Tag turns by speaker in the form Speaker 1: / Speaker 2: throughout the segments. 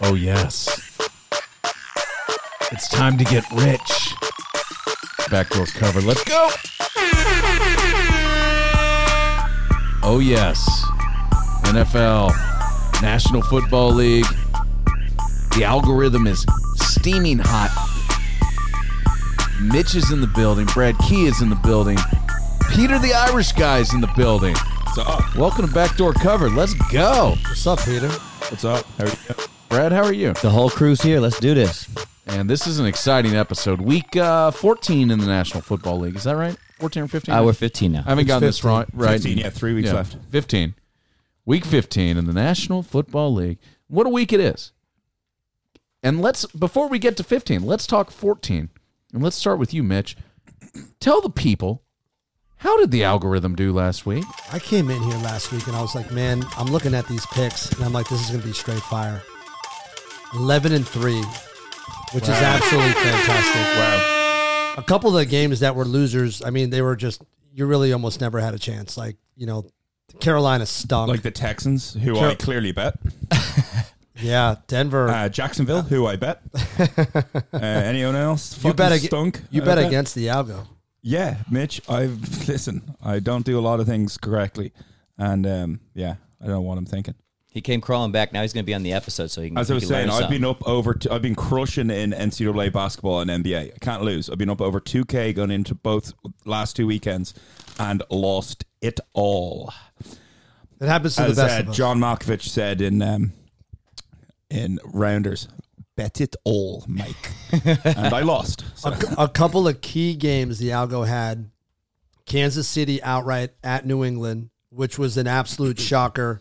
Speaker 1: Oh, yes. It's time to get rich. Backdoor cover. Let's go. Oh, yes. NFL, National Football League. The algorithm is steaming hot. Mitch is in the building. Brad Key is in the building. Peter the Irish guy is in the building.
Speaker 2: What's up?
Speaker 1: Welcome to Backdoor Cover. Let's go.
Speaker 3: What's up, Peter?
Speaker 2: What's up? How are you?
Speaker 1: Brad, how are you?
Speaker 4: The whole crew's here. Let's do this.
Speaker 1: And this is an exciting episode. Week uh, 14 in the National Football League. Is that right? 14 or 15?
Speaker 4: Uh, we're 15
Speaker 1: I
Speaker 4: now.
Speaker 1: haven't gotten this
Speaker 3: 15.
Speaker 1: right. right.
Speaker 2: 15, yeah, three weeks left.
Speaker 1: 15. Week 15 in the National Football League. What a week it is. And let's, before we get to 15, let's talk 14. And let's start with you, Mitch. Tell the people, how did the algorithm do last week?
Speaker 3: I came in here last week and I was like, man, I'm looking at these picks and I'm like, this is going to be straight fire. 11 and 3, which is absolutely fantastic.
Speaker 2: Wow.
Speaker 3: A couple of the games that were losers, I mean, they were just, you really almost never had a chance. Like, you know, Carolina stunk.
Speaker 2: Like the Texans, who I clearly bet.
Speaker 3: yeah, Denver.
Speaker 2: Uh, Jacksonville, who I bet. Uh, anyone else?
Speaker 3: you
Speaker 2: Fucking
Speaker 3: bet, ag-
Speaker 2: stunk.
Speaker 3: you
Speaker 2: I
Speaker 3: bet against the algo.
Speaker 2: Yeah, Mitch. I've listen. I don't do a lot of things correctly, and um, yeah, I don't know what I'm thinking.
Speaker 4: He came crawling back. Now he's going to be on the episode, so he can.
Speaker 2: As
Speaker 4: he
Speaker 2: I was
Speaker 4: can learn
Speaker 2: saying, I've
Speaker 4: something.
Speaker 2: been up over. T- I've been crushing in NCAA basketball and NBA. I can't lose. I've been up over 2K going into both last two weekends, and lost it all.
Speaker 3: It happens to
Speaker 2: As
Speaker 3: the best
Speaker 2: uh,
Speaker 3: of us.
Speaker 2: John Malkovich said in um, in Rounders, "Bet it all, Mike," and I lost. So,
Speaker 3: a, a couple of key games the Algo had Kansas City outright at New England, which was an absolute shocker.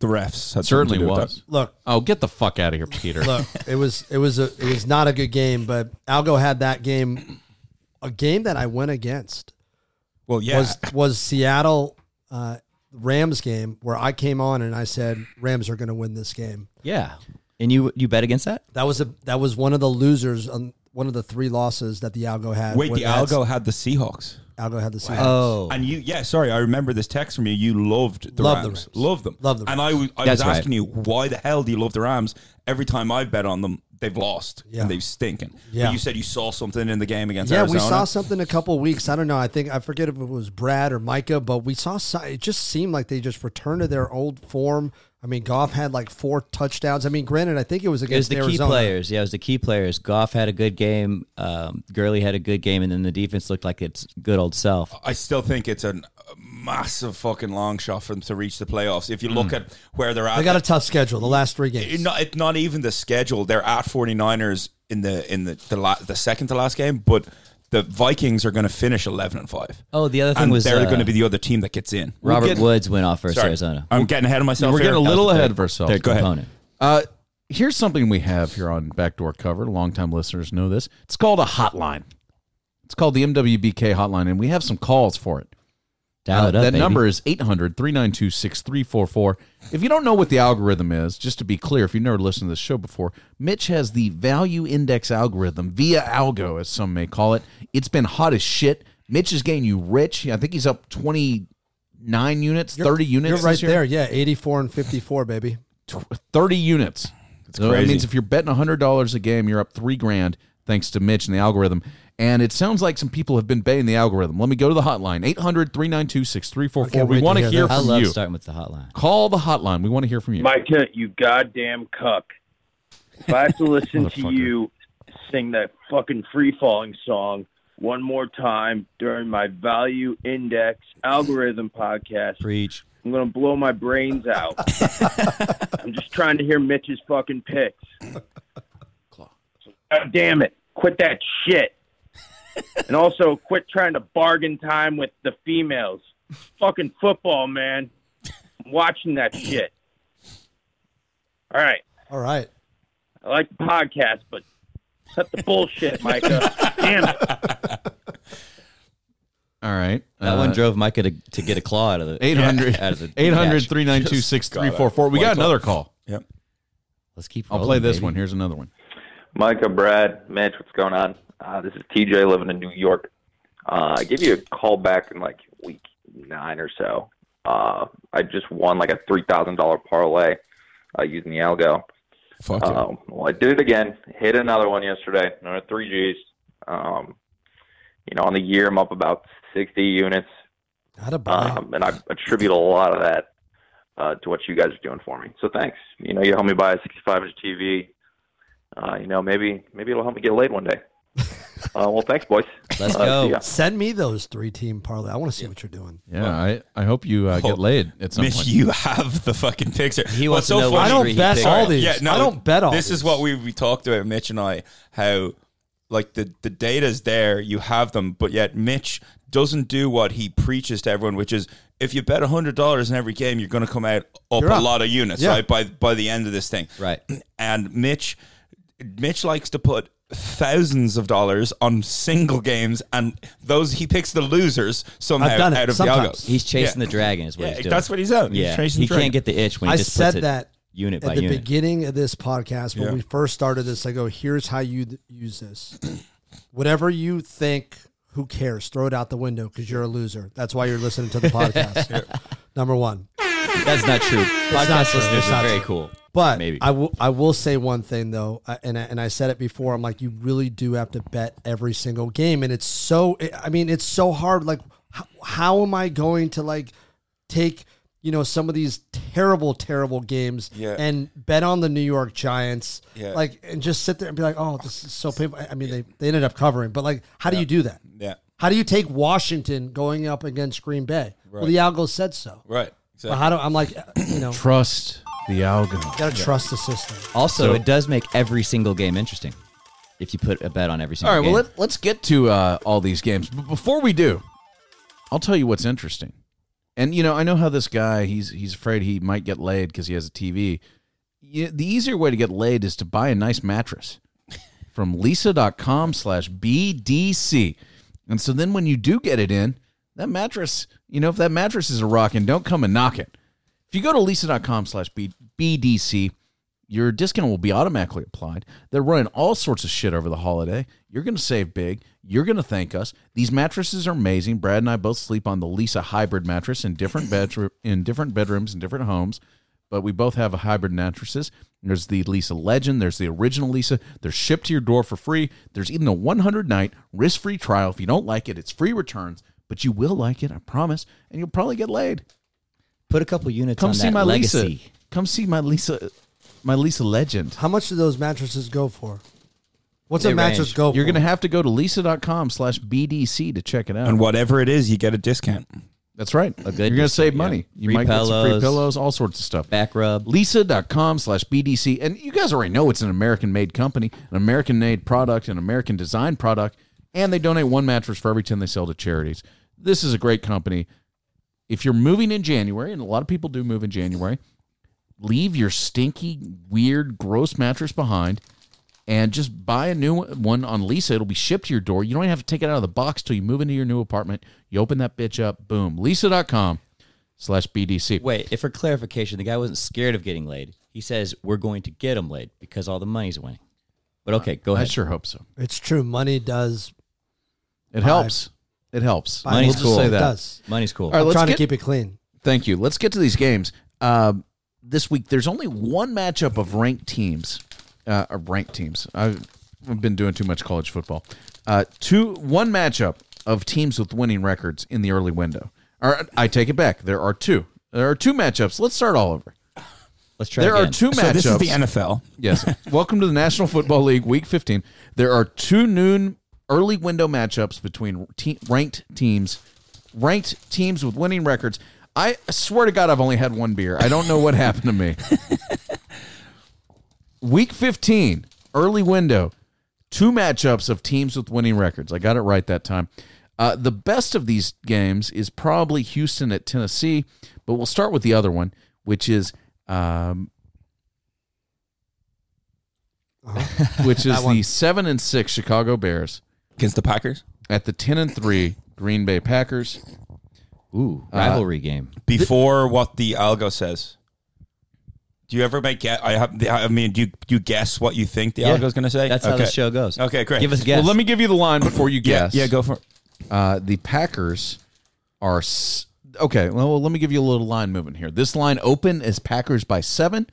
Speaker 2: the refs had
Speaker 1: Certainly
Speaker 2: something to do with
Speaker 1: was.
Speaker 3: Look,
Speaker 1: Oh, get the fuck out of here, Peter.
Speaker 3: look, it was it was a it was not a good game, but Algo had that game, a game that I went against
Speaker 2: that. Well, yeah,
Speaker 3: was was Seattle uh, Rams game where I came on and I said Rams are going to win this game.
Speaker 4: Yeah, and you you bet against that?
Speaker 3: That was a that was one of the losers on one of the three losses that the Algo had.
Speaker 2: wait.
Speaker 3: when
Speaker 2: The
Speaker 3: that's-
Speaker 2: algo had the Seahawks.
Speaker 3: Algo had the Seahawks.
Speaker 4: Oh,
Speaker 2: And you, yeah, sorry, I remember this text from you. You loved the
Speaker 3: Love the
Speaker 2: Rams.
Speaker 3: Rams.
Speaker 2: Love them.
Speaker 3: Love the
Speaker 2: And I, was- I was
Speaker 4: That's right.
Speaker 2: asking you, why the hell do you love the Rams? Every time I bet on them, they've lost
Speaker 3: Yeah.
Speaker 2: and they've stinking.
Speaker 3: Yeah.
Speaker 2: But you said you saw something in the game against
Speaker 3: Yeah,
Speaker 2: Arizona.
Speaker 3: we saw something a couple weeks. I don't know. I think I forget if it was Brad or Micah, but we saw. so- It just seemed like they just returned to their old form. I mean, Goff had like four touchdowns. I mean, granted, I think it was
Speaker 4: it was
Speaker 3: against
Speaker 4: the key
Speaker 3: Arizona.
Speaker 4: players. Yeah, it was the key players. Goff had a good game. Um, Gurley had a good game, and then the defense looked like its good old self.
Speaker 2: I still think it's an- a massive fucking long shot for them to reach the playoffs. If you look at where they're at,
Speaker 3: Mm. They got a tough schedule. The last three
Speaker 2: it-
Speaker 3: games.
Speaker 2: not, it- not even the schedule. They're at 49ers in the in the the, la- the second to last game, but the Vikings are going to finish 11 and 5.
Speaker 4: Oh, the other thing
Speaker 2: and
Speaker 4: was
Speaker 2: they're
Speaker 4: uh,
Speaker 2: going to be the other team that gets in.
Speaker 4: Robert
Speaker 1: getting-
Speaker 4: Woods went off versus
Speaker 2: Sorry.
Speaker 4: Arizona.
Speaker 2: I'm getting ahead of myself.
Speaker 1: We're
Speaker 2: here.
Speaker 1: getting a little ahead of ourselves.
Speaker 4: Their
Speaker 2: go ahead.
Speaker 4: opponent.
Speaker 1: Uh, here's something we have here on Backdoor Cover. Longtime listeners know this. It's called a hotline. It's called the MWBK hotline, and we have some calls for it.
Speaker 4: Dial
Speaker 1: Uh,
Speaker 4: it up,
Speaker 1: that
Speaker 4: baby.
Speaker 1: number is 800 392 6344. If you don't know what the algorithm is, just to be clear, if you've never listened to this show before, Mitch has the value index algorithm, via algo, as some may call it. It's been hot as shit. Mitch is getting you rich. I think he's up 29 units, 30 units.
Speaker 3: You're right
Speaker 1: this year.
Speaker 3: there. Yeah, eighty-four and fifty-four, baby.
Speaker 1: tw- 30 units. So that
Speaker 2: crazy.
Speaker 1: means if you're betting $100 a game, you're up three grand thanks to Mitch and the algorithm. And it sounds like some people have been betting the algorithm. Let me go to the hotline 800 392 6344.
Speaker 3: wait
Speaker 1: We
Speaker 3: to
Speaker 1: want to
Speaker 3: hear
Speaker 1: hear
Speaker 3: this.
Speaker 4: I
Speaker 1: from
Speaker 4: love
Speaker 1: you.
Speaker 4: starting with the hotline.
Speaker 1: Call the hotline. We want to hear from you.
Speaker 5: Mike, you goddamn cuck. If I have to listen to
Speaker 1: Motherfucker.
Speaker 5: you sing that fucking free falling song one more time during my value index algorithm podcast,
Speaker 4: Preach.
Speaker 5: I'm going to blow my brains out. I'm just trying to hear Mitch's fucking picks. God damn it. Quit that shit. and also quit trying to bargain time with the females. Fucking football, man. I'm watching that shit. All right.
Speaker 3: All right.
Speaker 5: I like the podcast, but cut the bullshit, Micah. Damn it.
Speaker 1: All right. uh,
Speaker 4: That one drove Micah to, to get a claw out of the
Speaker 1: 800
Speaker 4: out of the
Speaker 1: 800
Speaker 4: cash.
Speaker 1: 392 6344. We got another call.
Speaker 2: Yep.
Speaker 4: Let's keep.
Speaker 1: I'll
Speaker 4: rolling,
Speaker 1: play this
Speaker 4: baby.
Speaker 1: one. Here's another one.
Speaker 6: Micah, Brad, Mitch, what's going on? Uh, this is TJ living in New York. Uh, I gave you a call back in like week nine or so. Uh, I just won like a three thousand dollar parlay uh, using the algo.
Speaker 2: Fuck it.
Speaker 6: Um, well, I did it again. Hit another one yesterday. Another three Gs. Um, you know, on the year I'm up about 60 units,
Speaker 3: Not a buy.
Speaker 6: um, and I attribute a lot of that uh, to what you guys are doing for me. So thanks. You know, you helped me buy a 65 inch TV. Uh, you know, maybe maybe it'll help me get laid one day. uh, well, thanks, boys.
Speaker 4: Let's
Speaker 6: Uh,
Speaker 4: go.
Speaker 6: see ya.
Speaker 3: Send me those three team parlay. I want to see what you're doing.
Speaker 1: Yeah, I, I hope you uh, get laid at some
Speaker 2: Miss,
Speaker 1: point.
Speaker 2: you have the fucking picture.
Speaker 4: He
Speaker 2: What's
Speaker 4: wants to
Speaker 2: so
Speaker 4: know
Speaker 2: funny-
Speaker 4: what
Speaker 3: I don't
Speaker 4: he
Speaker 3: bet
Speaker 4: picked.
Speaker 3: all these. I don't bet all
Speaker 2: This is
Speaker 3: these.
Speaker 2: what we, we talked about, Mitch and I, how like the, the data's there, you have them, but yet Mitch doesn't do what he preaches to everyone, which is if you bet hundred dollars in every game, you're gonna come out up
Speaker 3: You're
Speaker 2: a
Speaker 3: up.
Speaker 2: lot of units,
Speaker 3: Yeah.
Speaker 2: right? By by the end of this thing.
Speaker 4: Right.
Speaker 2: And Mitch Mitch likes to put thousands of dollars on single games and those he picks the losers somehow
Speaker 3: done it
Speaker 2: out of
Speaker 3: sometimes.
Speaker 2: the algo.
Speaker 4: He's chasing
Speaker 2: Yeah.
Speaker 4: the dragon, is what
Speaker 2: Yeah,
Speaker 4: he's doing.
Speaker 2: that's what he's out. He's
Speaker 4: yeah,
Speaker 2: chasing
Speaker 4: he
Speaker 2: the dragon.
Speaker 4: can't get the itch when he
Speaker 3: I
Speaker 4: just
Speaker 3: said
Speaker 4: puts it
Speaker 3: that
Speaker 4: unit by
Speaker 3: At the
Speaker 4: unit.
Speaker 3: beginning of this podcast, when
Speaker 2: Yeah.
Speaker 3: we first started this, I go, here's how you th- use this. Whatever you think, who cares? Throw it out the window because you're a loser. That's why you're listening to the podcast. Number one.
Speaker 4: That's not true. Podcast
Speaker 3: not true.
Speaker 4: listeners
Speaker 3: It's
Speaker 4: are
Speaker 3: not
Speaker 4: very
Speaker 3: true.
Speaker 4: cool.
Speaker 3: But
Speaker 4: Maybe.
Speaker 3: I will I will say one thing though, I- and I, and I said it before. I'm like, you really do have to bet every single game, and it's so. eh, I mean, it's so hard. Like, how, how am I going to like take you know some of these terrible, terrible games
Speaker 2: Yeah.
Speaker 3: and bet on the New York Giants?
Speaker 2: Yeah.
Speaker 3: Like, and just sit there and be like, oh, this is so painful. I mean, they they ended up covering, but like, how do you do that?
Speaker 2: Yeah.
Speaker 3: How do you take Washington going up against Green Bay? Well, the algo said so.
Speaker 2: Right. Exactly.
Speaker 3: But how do I'm like, uh, you know,
Speaker 1: Trust the algo.
Speaker 3: gotta trust the system.
Speaker 4: Also, it does make every single game interesting if you put a bet on every single
Speaker 1: All right,
Speaker 4: game.
Speaker 1: well, let, let's get to uh, all these games. But before we do, I'll tell you what's interesting. And, you know, I know how this guy, he's, he's afraid he might get laid because he has a TV. Yeah, the easier way to get laid is to buy a nice mattress from lisa.com slash BDC. And so then when you do get it in, that mattress, you know, if that mattress is a rockin', don't come and knock it. If you go to lisa.com slash BDC, your discount will be automatically applied. They're running all sorts of shit over the holiday. You're going to save big. You're going to thank us. These mattresses are amazing. Brad and I both sleep on the Lisa hybrid mattress in different bedroom in different bedrooms in different homes, but we both have a hybrid mattresses. There's the Lisa Legend. There's the original Lisa. They're shipped to your door for free. There's even a 100 night risk free trial. If you don't like it, it's free returns, but you will like it, I promise, and you'll probably get laid.
Speaker 4: put a couple units
Speaker 1: Come
Speaker 4: on
Speaker 1: see
Speaker 4: that
Speaker 1: my
Speaker 4: legacy.
Speaker 1: Lisa. Come see my Lisa. My Lisa Legend.
Speaker 3: How much do those mattresses go for? What's
Speaker 4: They
Speaker 3: a mattress
Speaker 4: range.
Speaker 3: go
Speaker 1: You're
Speaker 3: for?
Speaker 1: going to have to go to lisa.com slash BDC to check it out.
Speaker 2: and whatever it is, you get a discount.
Speaker 1: That's right. You're
Speaker 4: good
Speaker 1: going to save money.
Speaker 4: yeah.
Speaker 1: You
Speaker 4: Free
Speaker 1: might get some free
Speaker 4: pillows.
Speaker 1: pillows, all sorts of stuff.
Speaker 4: Back rub.
Speaker 1: Lisa.com slash BDC. And you guys already know it's an American made company, an American made product, an American designed product. And they donate one mattress for every 10 they sell to charities. This is a great company. If you're moving in January, and a lot of people do move in January, leave your stinky, weird, gross mattress behind and just buy a new one on Lisa. It'll be shipped to your door. You don't even have to take it out of the box till you move into your new apartment. You open that bitch up, boom. Lisa.com slash BDC.
Speaker 4: Wait, if for clarification, the guy wasn't scared of getting laid. He says we're going to get him laid because all the money's winning. But okay, go
Speaker 1: I
Speaker 4: ahead.
Speaker 1: sure hope so.
Speaker 3: it's true. Money does.
Speaker 1: It helps. It helps.
Speaker 3: buy
Speaker 4: Money's
Speaker 3: me.
Speaker 4: cool.
Speaker 3: It does.
Speaker 4: Money's cool.
Speaker 1: All right,
Speaker 3: I'm
Speaker 1: let's
Speaker 3: trying
Speaker 1: get-
Speaker 3: to keep it clean.
Speaker 1: Thank you. Let's get to these games. Uh, this week, there's only one matchup of ranked teams. Uh, or ranked teams. I've, I've been doing too much college football. Uh, two, one matchup of teams with winning records in the early window. All right, I take it back. There are two. There are two matchups. Let's start all over.
Speaker 4: Let's try.
Speaker 1: There are
Speaker 4: again.
Speaker 1: two
Speaker 2: So
Speaker 1: matchups.
Speaker 2: this is the NFL.
Speaker 1: Yes. Welcome to the National Football League Week 15. There are two noon early window matchups between te- ranked teams, ranked teams with winning records. I swear to God, I've only had one beer. I don't know what happened to me. Week 15, early window, two matchups of teams with winning records. I got it right that time. Uh, the best of these games is probably Houston at Tennessee, but we'll start with the other one, which is um, which is the seven and six Chicago Bears
Speaker 2: Against the Packers.
Speaker 1: at the ten and three Green Bay Packers.
Speaker 4: Ooh,
Speaker 1: Uh,
Speaker 4: rivalry game.
Speaker 2: Before what the algo says. Do you ever make guess? I have. I mean, do you, do you guess what you think the
Speaker 4: Yeah.
Speaker 2: algo's going to say?
Speaker 4: That's how the show goes.
Speaker 2: Okay, great.
Speaker 4: Give us a guess.
Speaker 1: Well, let me give you the line before you
Speaker 2: Yeah,
Speaker 1: guess.
Speaker 2: yeah, go for it.
Speaker 1: Uh, the Packers are s- okay. Well, let me give you a little line movement here. This line open is Packers by seven.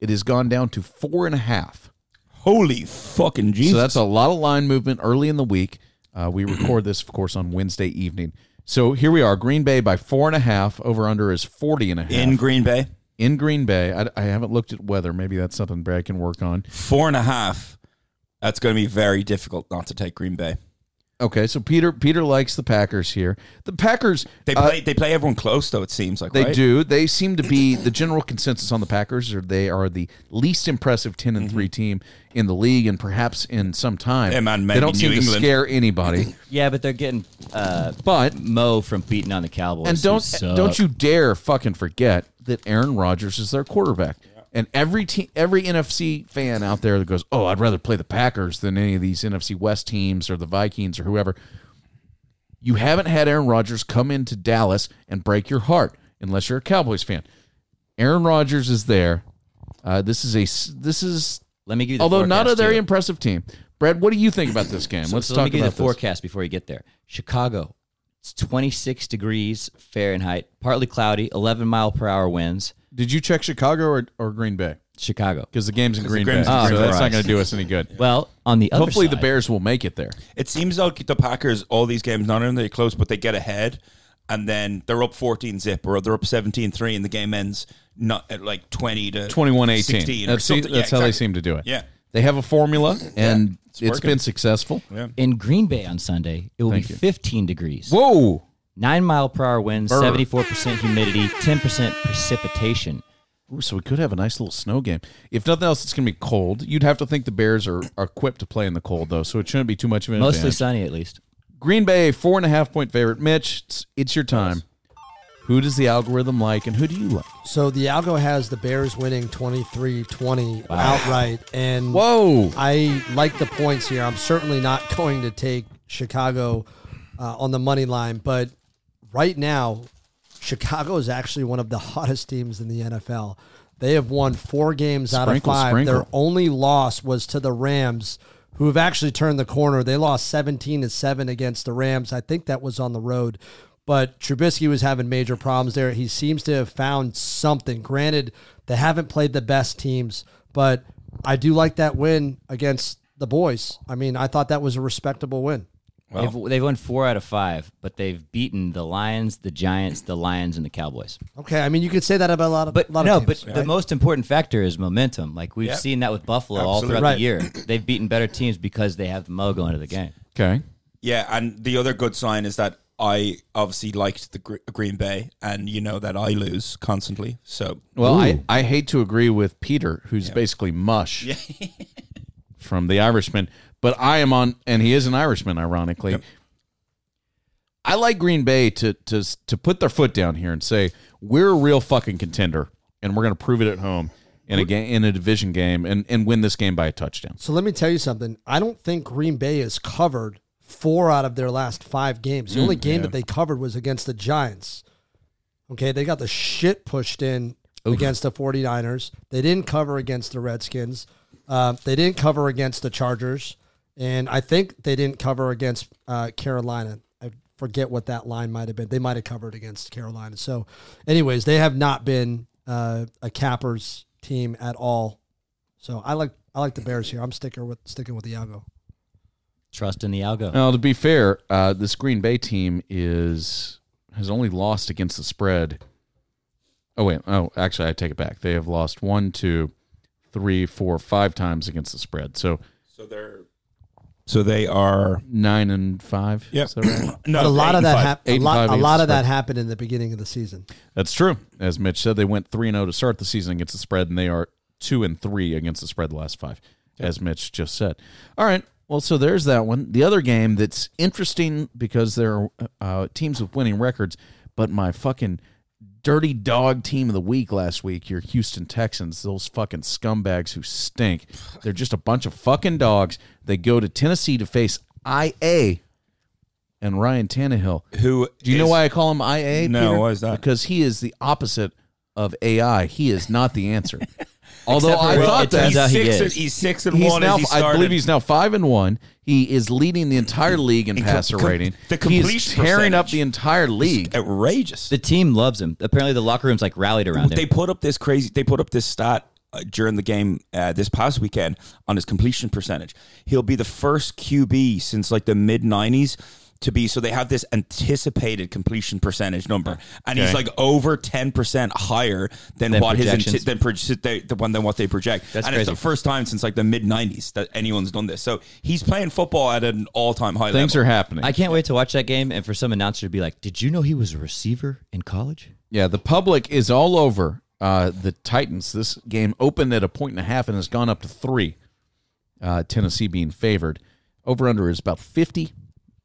Speaker 1: It has gone down to four and a half.
Speaker 2: Holy fucking Jesus!
Speaker 1: So that's a lot of line movement early in the week. Uh, we record this, of course, on Wednesday evening. So here we are, Green Bay by four and a half. Over under is 40 and a half.
Speaker 2: in Green Bay.
Speaker 1: in Green Bay. I, I haven't looked at weather. Maybe that's something Brad can work on.
Speaker 2: Four and a half. That's going to be very difficult not to take Green Bay.
Speaker 1: Okay, so Peter Peter likes the Packers here. The Packers
Speaker 2: They
Speaker 1: uh,
Speaker 2: play. they play everyone close though. It seems like
Speaker 1: They
Speaker 2: right?
Speaker 1: do. They seem to be the general consensus on the Packers, or they are the least impressive ten and
Speaker 2: Mm-hmm.
Speaker 1: three team in the league, and perhaps in some time.
Speaker 2: Yeah, man,
Speaker 1: they
Speaker 2: maybe
Speaker 1: don't seem
Speaker 2: New
Speaker 1: to
Speaker 2: England.
Speaker 1: scare anybody.
Speaker 4: Yeah, but they're getting uh,
Speaker 1: But
Speaker 4: Mo from beating on the Cowboys.
Speaker 1: and
Speaker 4: who
Speaker 1: don't
Speaker 4: suck.
Speaker 1: don't you dare fucking forget that Aaron Rodgers is their quarterback. And every team, every NFC fan out there that goes, "Oh, I'd rather play the Packers than any of these NFC West teams or the Vikings or whoever." You haven't had Aaron Rodgers come into Dallas and break your heart unless you're a Cowboys fan. Aaron Rodgers is there. Uh, this is a s- this is
Speaker 4: Let me give you the
Speaker 1: although not a
Speaker 4: forecast,
Speaker 1: very
Speaker 4: too.
Speaker 1: impressive team. Brad, what do you think about this game?
Speaker 4: So-
Speaker 1: Let's
Speaker 4: so
Speaker 1: talk
Speaker 4: let me give you
Speaker 1: about
Speaker 4: the
Speaker 1: this.
Speaker 4: forecast before you get there. Chicago, it's 26 degrees Fahrenheit, partly cloudy, 11 mile per hour winds.
Speaker 1: Did you check Chicago or, or Green Bay?
Speaker 4: Chicago.
Speaker 1: Because the game's in Green
Speaker 2: game's
Speaker 1: Bay,
Speaker 2: in
Speaker 1: so
Speaker 4: Green
Speaker 1: that's
Speaker 4: Bay.
Speaker 1: not going to do us any good.
Speaker 4: Well, on the other
Speaker 1: Hopefully, the
Speaker 4: side-
Speaker 1: Bears will make it there.
Speaker 2: It seems like the Packers, all these games, not only are they close, but they get ahead and then they're up 14 zip or they're up 17 3 and the game ends not at like 20 to
Speaker 1: 21 18.
Speaker 2: 16 or
Speaker 1: That's, that's
Speaker 2: something. Yeah,
Speaker 1: how they
Speaker 2: exactly.
Speaker 1: seem to do it.
Speaker 2: Yeah.
Speaker 1: They have a formula, and
Speaker 2: it's
Speaker 1: it's
Speaker 2: working.
Speaker 1: been successful.
Speaker 4: in Green Bay on Sunday, it will
Speaker 1: Thank
Speaker 4: be
Speaker 1: you.
Speaker 4: 15 degrees.
Speaker 1: Whoa.
Speaker 4: Nine mile per hour winds,
Speaker 1: Brr.
Speaker 4: 74% humidity, 10% precipitation.
Speaker 1: Ooh, so we could have a nice little snow game. If nothing else, it's going to be cold. You'd have to think the Bears are, are equipped to play in the cold, though, so it shouldn't be too much of an
Speaker 4: Mostly
Speaker 1: advantage.
Speaker 4: sunny, at least.
Speaker 1: Green Bay, four and a half point favorite. Mitch, it's, it's your time. Who does the algorithm like, and who do you like?
Speaker 3: So the algo has the Bears winning 23-20 outright, and
Speaker 1: Whoa.
Speaker 3: I like the points here. I'm certainly not going to take Chicago uh, on the money line, but right now, Chicago is actually one of the hottest teams in the NFL. They have won four games out of
Speaker 1: Sprinkle,
Speaker 3: five.
Speaker 1: sprinkle.
Speaker 3: Their only loss was to the Rams, who have actually turned the corner. They lost 17 to 7 against the Rams. I think that was on the road. But Trubisky was having major problems there. He seems to have found something. Granted, they haven't played the best teams, but I do like that win against the boys. I mean, I thought that was a respectable win.
Speaker 4: They've, they've won four out of five, but they've beaten the Lions, the Giants, the Lions, and the Cowboys.
Speaker 3: Okay, I mean, you could say that about a lot of
Speaker 4: But
Speaker 3: lot
Speaker 4: no,
Speaker 3: of teams.
Speaker 4: but the most important factor is momentum. Like we've seen that with Buffalo all
Speaker 2: Absolutely.
Speaker 4: throughout
Speaker 3: Right.
Speaker 4: the year. They've beaten better teams because they have the mo going into the game.
Speaker 1: Okay.
Speaker 2: Yeah, and the other good sign is that I obviously liked the Gr- Green Bay and you know that I lose constantly. So
Speaker 1: Well, I, I hate to agree with Peter, who's basically mush from the Irishman, but I am on, and he is an Irishman, ironically. I like Green Bay to to to put their foot down here and say we're a real fucking contender, and we're going to prove it at home in a game in a division game and and win this game by a touchdown.
Speaker 3: So let me tell you something. I don't think Green Bay has covered four out of their last five games. The only game that they covered was against the Giants. Okay, they got the shit pushed in against the 49ers. They didn't cover against the Redskins. Uh, they didn't cover against the Chargers. And I think they didn't cover against uh, Carolina. I forget what that line might have been. They might have covered against Carolina. So, anyways, they have not been uh, a Cappers team at all so I like I like the Bears here. I'm sticking with sticking with Iago.
Speaker 4: Trust in the algo.
Speaker 1: Now, to be fair, uh, this Green Bay team is has only lost against the spread. Oh wait, oh actually, I take it back. They have lost one, two, three, four, five times against the spread. So
Speaker 2: so they're so they are
Speaker 1: nine and five.
Speaker 2: Yeah.
Speaker 1: Is that right?
Speaker 2: no,
Speaker 3: But a lot
Speaker 2: eight
Speaker 3: of
Speaker 2: and
Speaker 3: that
Speaker 2: five.
Speaker 1: Eight
Speaker 3: happened.
Speaker 1: and
Speaker 3: A lot,
Speaker 1: five
Speaker 3: a
Speaker 1: against
Speaker 3: lot
Speaker 1: the
Speaker 3: of that
Speaker 1: spread.
Speaker 3: happened in the beginning of the season.
Speaker 1: That's true. As Mitch said, they went three and zero to start the season against the spread, and they are two and three against the spread the last five, as Mitch just said. All right. Well, so there's that one. The other game that's interesting because there are uh, teams with winning records, but my fucking dirty dog team of the week last week, your Houston Texans, those fucking scumbags who stink. They're just a bunch of fucking dogs. They go to Tennessee to face IA and Ryan Tannehill.
Speaker 2: who
Speaker 1: Do you know
Speaker 2: is-
Speaker 1: why I call him IA?
Speaker 2: No,
Speaker 1: Peter?
Speaker 2: why is that?
Speaker 1: Because he is the opposite of AI. He is not the answer. Although I
Speaker 4: Well,
Speaker 1: thought
Speaker 4: it turns
Speaker 1: that e-
Speaker 4: out
Speaker 2: he's
Speaker 4: he
Speaker 2: six,
Speaker 4: is.
Speaker 2: and, he's six and
Speaker 1: he's
Speaker 2: one
Speaker 1: now,
Speaker 2: as he
Speaker 1: I
Speaker 2: started.
Speaker 1: believe he's now five and one. He is leading the entire league in
Speaker 2: In com-
Speaker 1: passer
Speaker 2: com-
Speaker 1: rating.
Speaker 2: the
Speaker 1: he is
Speaker 2: completion
Speaker 1: tearing up
Speaker 2: percentage.
Speaker 1: the entire league.
Speaker 2: outrageous.
Speaker 4: The team loves him. Apparently, the locker room's like rallied around him.
Speaker 2: They put up this crazy. They put up this stat uh, during the game uh, this past weekend on his completion percentage. He'll be the first QB since like the mid 90s to be so they have this anticipated completion percentage number and he's like over 10% higher than
Speaker 4: Than
Speaker 2: what his anti-
Speaker 4: projections.
Speaker 2: than, proje- they, the one than what they project
Speaker 4: That's
Speaker 2: and it's the
Speaker 4: crazy.
Speaker 2: first time since like the mid 90s that anyone's done this so he's playing football at an all-time high
Speaker 1: Things
Speaker 2: level
Speaker 1: are happening.
Speaker 4: I can't wait to watch that game and for some announcer to be like, "Did you know he was a receiver in college?"
Speaker 1: Yeah, the public is all over uh, the Titans. This game opened at a point and a half and has gone up to three. Uh, Tennessee being favored. Over under is about 50.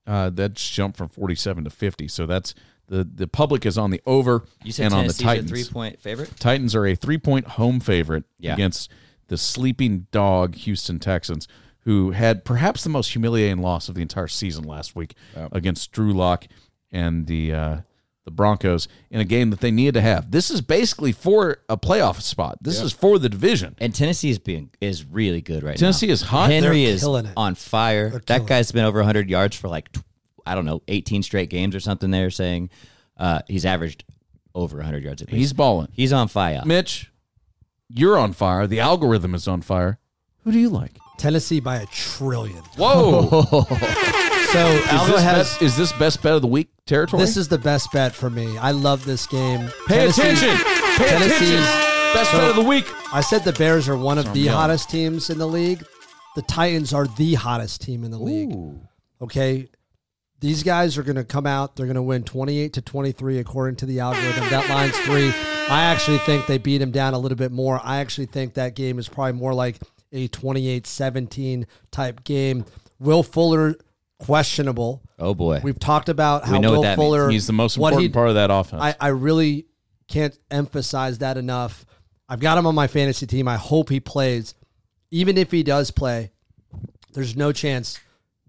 Speaker 1: Uh, that's jumped from 47 to 50. So that's the, the public is on the over
Speaker 4: You said
Speaker 1: and on the
Speaker 4: Tennessee's
Speaker 1: Titans.
Speaker 4: a three-point favorite.
Speaker 1: Titans are a three point home favorite
Speaker 4: Yeah.
Speaker 1: against the sleeping dog Houston Texans, who had perhaps the most humiliating loss of the entire season last week against Drew Lock and the uh, the Broncos in a game that they needed to have. This is basically for a playoff spot. This is for the division.
Speaker 4: And Tennessee is being is really good right
Speaker 1: Tennessee
Speaker 4: now.
Speaker 1: is hot.
Speaker 4: Henry
Speaker 3: They're
Speaker 4: is
Speaker 3: killing it.
Speaker 4: on fire.
Speaker 3: killing
Speaker 4: That guy's been over 100 yards for like tw- I don't know 18 straight games or something. They're saying uh, he's averaged over 100 yards at least.
Speaker 1: He's balling.
Speaker 4: He's on fire.
Speaker 1: Mitch, you're on fire. The algorithm is on fire. Who do you like?
Speaker 3: Tennessee by a trillion.
Speaker 1: Whoa!
Speaker 3: So
Speaker 1: is,
Speaker 3: Algo
Speaker 1: this
Speaker 3: has.
Speaker 1: best, is this best bet of the week territory?
Speaker 3: This is the best bet for me. I love this game.
Speaker 1: Pay
Speaker 3: Tennessee-
Speaker 1: attention. Pay
Speaker 3: Tennessee-
Speaker 1: attention. Best
Speaker 3: So-
Speaker 1: bet of the week.
Speaker 3: I said the Bears are one of the
Speaker 1: yelling.
Speaker 3: hottest teams in the league. The Titans are the hottest team in the league. Okay. These guys are going to come out. They're going to win 28 to 23 according to the algorithm. That line's 3. I actually think they beat him down a little bit more. I actually think that game is probably more like a 28-17 type game. Will Fuller questionable.
Speaker 4: Oh boy.
Speaker 3: We've talked about how
Speaker 4: know what
Speaker 3: Will
Speaker 4: that means.
Speaker 3: Fuller
Speaker 1: He's the most
Speaker 3: what
Speaker 1: important
Speaker 3: he-
Speaker 1: part of that offense.
Speaker 3: I, I really can't emphasize that enough. I've got him on my fantasy team. I hope he plays. Even if he does play, there's no chance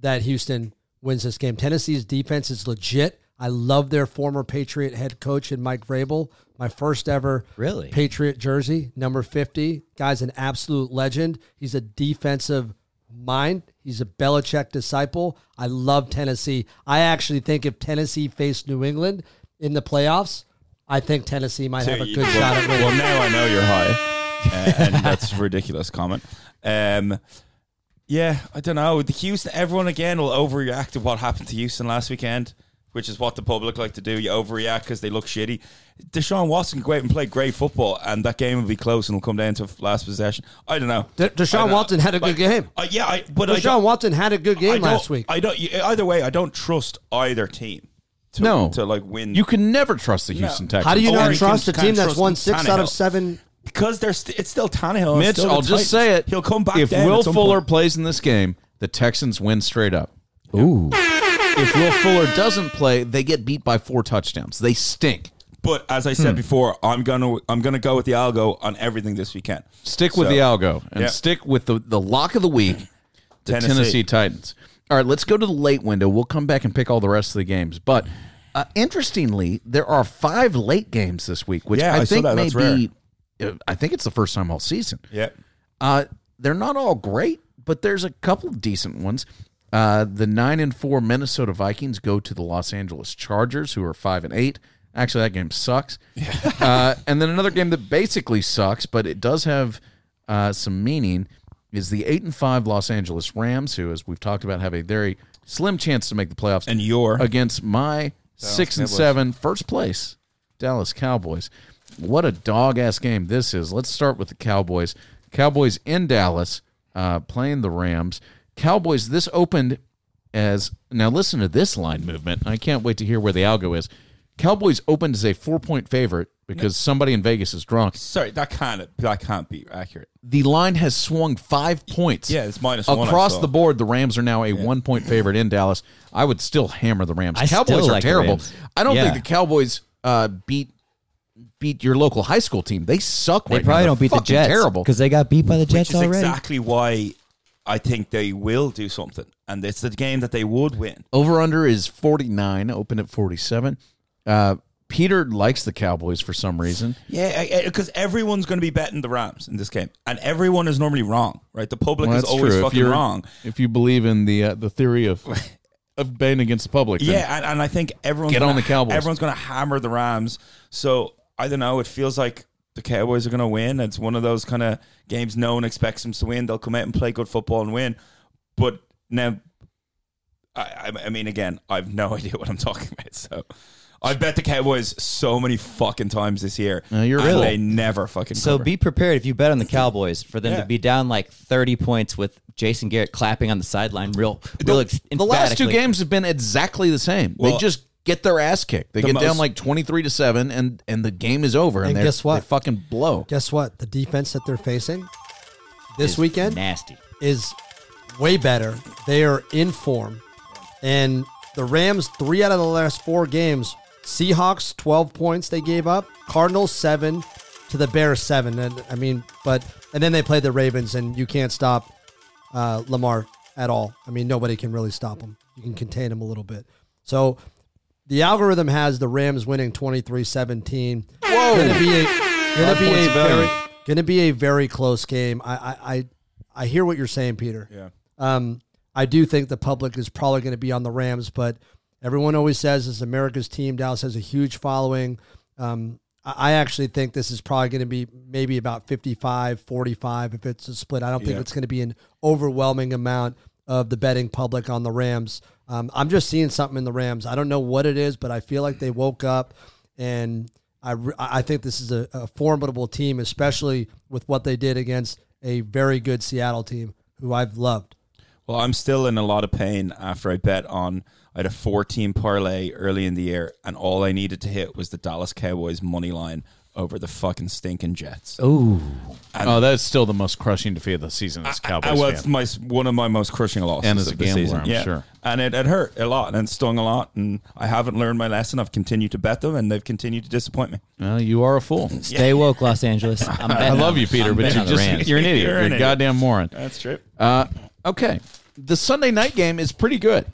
Speaker 3: that Houston wins this game. Tennessee's defense is legit. I love their former Patriot head coach and Mike Vrabel. My first ever
Speaker 4: Really?
Speaker 3: Patriot jersey, number 50. Guy's an absolute legend. He's a defensive mind. He's a Belichick disciple. I love Tennessee. I actually think if Tennessee faced New England in the playoffs, I think Tennessee might have a
Speaker 2: you-
Speaker 3: good shot at winning.
Speaker 2: Well, now I know you're high, uh, and that's a ridiculous comment. Um, yeah, I don't know. The Houston, everyone again will overreact to what happened to Houston last weekend, which is what the public like to do. You overreact because they look shitty. Deshaun Watson can go out and play great football, and that game will be close and will come down to last possession. I don't know.
Speaker 3: De- Deshaun
Speaker 2: I don't know.
Speaker 3: Watson had a good
Speaker 2: Like,
Speaker 3: game.
Speaker 2: uh, yeah, I, but I
Speaker 3: Deshaun
Speaker 2: don't-
Speaker 3: Watson had a good
Speaker 2: I
Speaker 3: game
Speaker 2: don't-
Speaker 3: last week.
Speaker 2: I don't. Either way, I don't trust either team. To,
Speaker 1: no,
Speaker 2: to like win.
Speaker 1: You can never trust the Houston Texans.
Speaker 3: How do you
Speaker 2: Or
Speaker 3: not
Speaker 2: you
Speaker 3: trust a
Speaker 2: can-
Speaker 3: team
Speaker 2: can't
Speaker 3: that's
Speaker 2: trust
Speaker 3: won six out of
Speaker 2: Tannehill.
Speaker 3: seven?
Speaker 2: because they're st- it's still Tannehill. it's
Speaker 1: Mitch,
Speaker 2: still the
Speaker 1: I'll just
Speaker 2: Titans.
Speaker 1: say it.
Speaker 2: He'll come back.
Speaker 1: If
Speaker 2: down
Speaker 1: Will
Speaker 2: at some
Speaker 1: Fuller
Speaker 2: point.
Speaker 1: plays in this game, the Texans win straight up. Ooh. If Will Fuller doesn't play, they get beat by four touchdowns. They stink.
Speaker 2: but as I said before, I'm gonna I'm gonna go with the algo on everything this weekend.
Speaker 1: Stick with
Speaker 2: So,
Speaker 1: the algo and
Speaker 2: yeah.
Speaker 1: stick with the, the lock of the week, the
Speaker 2: Tennessee.
Speaker 1: Tennessee. Titans. All right, let's go to the late window. We'll come back and pick all the rest of the games. But uh, interestingly, there are five late games this week, which
Speaker 2: Yeah,
Speaker 1: I,
Speaker 2: I saw
Speaker 1: think
Speaker 2: that.
Speaker 1: may
Speaker 2: That's rare.
Speaker 1: be, uh, I think it's the first time all season.
Speaker 2: Yeah,
Speaker 1: Uh, they're not all great, but there's a couple of decent ones. Uh, the nine and four Minnesota Vikings go to the Los Angeles Chargers, who are five and eight. Actually, that game sucks. uh, and then another game that basically sucks, but it does have uh, some meaning, is the eight and five Los Angeles Rams, who, as we've talked about, have a very slim chance to make the playoffs
Speaker 2: and your
Speaker 1: against my six and
Speaker 2: Cowboys.
Speaker 1: seven first place Dallas Cowboys. What a dog ass game this is. Let's start with the Cowboys. Cowboys in Dallas uh, playing the Rams. Cowboys. This opened as now. Listen to this line movement. I can't wait to hear where the algo is. Cowboys opened as a four point favorite because somebody in Vegas is drunk.
Speaker 2: sorry that can't that can't be accurate.
Speaker 1: The line has swung five points.
Speaker 2: Yeah, it's minus one, I
Speaker 1: across
Speaker 2: saw.
Speaker 1: the board. The Rams are now a one point favorite in Dallas. I would still hammer the Rams.
Speaker 4: I
Speaker 1: Cowboys
Speaker 4: still
Speaker 1: are
Speaker 4: like the
Speaker 1: terrible.
Speaker 4: Rams.
Speaker 1: I don't
Speaker 4: Yeah.
Speaker 1: think the Cowboys uh, beat beat your local high school team. They suck.
Speaker 4: They
Speaker 1: right
Speaker 4: probably
Speaker 1: now.
Speaker 4: don't
Speaker 1: They're
Speaker 4: beat the
Speaker 1: fucking
Speaker 4: Jets
Speaker 1: Terrible.
Speaker 4: because they got beat by the Jets
Speaker 2: Which is
Speaker 4: already.
Speaker 2: exactly why I think they will do something, and it's the game that they would win.
Speaker 1: Over under is forty nine. Open at forty seven. Uh, Peter likes the Cowboys for some reason.
Speaker 2: Yeah, because everyone's going to be betting the Rams in this game, and everyone is normally wrong, right? The public
Speaker 1: Well,
Speaker 2: is always fucking
Speaker 1: you're-
Speaker 2: wrong.
Speaker 1: If you believe in the uh, the theory of of betting against the public, then
Speaker 2: Yeah, and, and I think everyone's
Speaker 1: Get on
Speaker 2: gonna-
Speaker 1: the Cowboys.
Speaker 2: Everyone's going to hammer the Rams. So I don't know. It feels like the the Cowboys are going to win. It's one of those kind of games no one expects them to win. They'll come out and play good football and win. But now, I, I- I mean, again, I've no idea what I'm talking about. So I bet the Cowboys so many fucking times this year.
Speaker 1: No, you're
Speaker 2: and
Speaker 1: right.
Speaker 2: They never fucking
Speaker 4: So
Speaker 2: cover.
Speaker 4: be prepared if you bet on the Cowboys for them
Speaker 2: Yeah.
Speaker 4: to be down like 30 points with Jason Garrett clapping on the sideline real, real ex-
Speaker 1: The last two
Speaker 4: emphatically.
Speaker 1: games have been exactly the same. they
Speaker 2: Well-
Speaker 1: just get their ass kicked. They
Speaker 2: The
Speaker 1: get down
Speaker 2: most-
Speaker 1: like twenty three to seven, and and the game is over. And,
Speaker 3: And
Speaker 1: they're-
Speaker 3: guess what?
Speaker 1: They fucking blow.
Speaker 3: Guess what? The defense that they're facing this
Speaker 4: It's
Speaker 3: weekend
Speaker 4: Nasty.
Speaker 3: is way better. They are in form. And the Rams, three out of the last four games, Seahawks, 12 points they gave up, Cardinals, seven to the Bears, seven. And I mean, but, and then they played the Ravens, and you can't stop uh, Lamar at all. I mean, nobody can really stop him. You can contain him a little bit. So the algorithm has the Rams winning 23 17. Gonna be a, gonna be
Speaker 2: points
Speaker 3: a
Speaker 2: of value.
Speaker 3: very, gonna be a very close game. I, I, I, I hear what you're saying, Peter.
Speaker 2: yeah.
Speaker 3: Um, I do think the public is probably going to be on the Rams, but everyone always says it's America's team. Dallas has a huge following. Um, I I actually think this is probably going to be maybe about 55, 45 if it's a split. I don't think
Speaker 2: Yeah.
Speaker 3: it's going to be an overwhelming amount of the betting public on the Rams. Um, I'm just seeing something in the Rams. I don't know what it is, but I feel like they woke up and I, re- I think this is a, a formidable team, especially with what they did against a very good Seattle team who I've loved.
Speaker 2: Well, I'm still in a lot of pain after I bet on. I had a four team parlay early in the year, and all I needed to hit was the Dallas Cowboys money line over the fucking stinking Jets.
Speaker 1: oh, that's still the most crushing defeat of the season as a Cowboys
Speaker 2: I was
Speaker 1: fan.
Speaker 2: my one of my most crushing losses
Speaker 1: And as a
Speaker 2: of the
Speaker 1: gambler,
Speaker 2: season.
Speaker 1: I'm
Speaker 2: yeah.
Speaker 1: sure.
Speaker 2: And it, it hurt a lot and it stung a lot. And I haven't learned my lesson. I've continued to bet them, and they've continued to disappoint me.
Speaker 1: Well, you are a fool.
Speaker 4: Stay woke, Los Angeles. I'm
Speaker 1: I
Speaker 4: betting
Speaker 1: love
Speaker 4: on-
Speaker 1: you, Peter,
Speaker 4: I'm
Speaker 1: but
Speaker 4: betting
Speaker 1: you're
Speaker 4: on the
Speaker 1: just
Speaker 4: Rams.
Speaker 1: you're an idiot. You're,
Speaker 2: You're an
Speaker 1: a
Speaker 2: idiot.
Speaker 1: goddamn moron.
Speaker 2: That's true.
Speaker 1: Uh, okay, the Sunday night game is pretty good.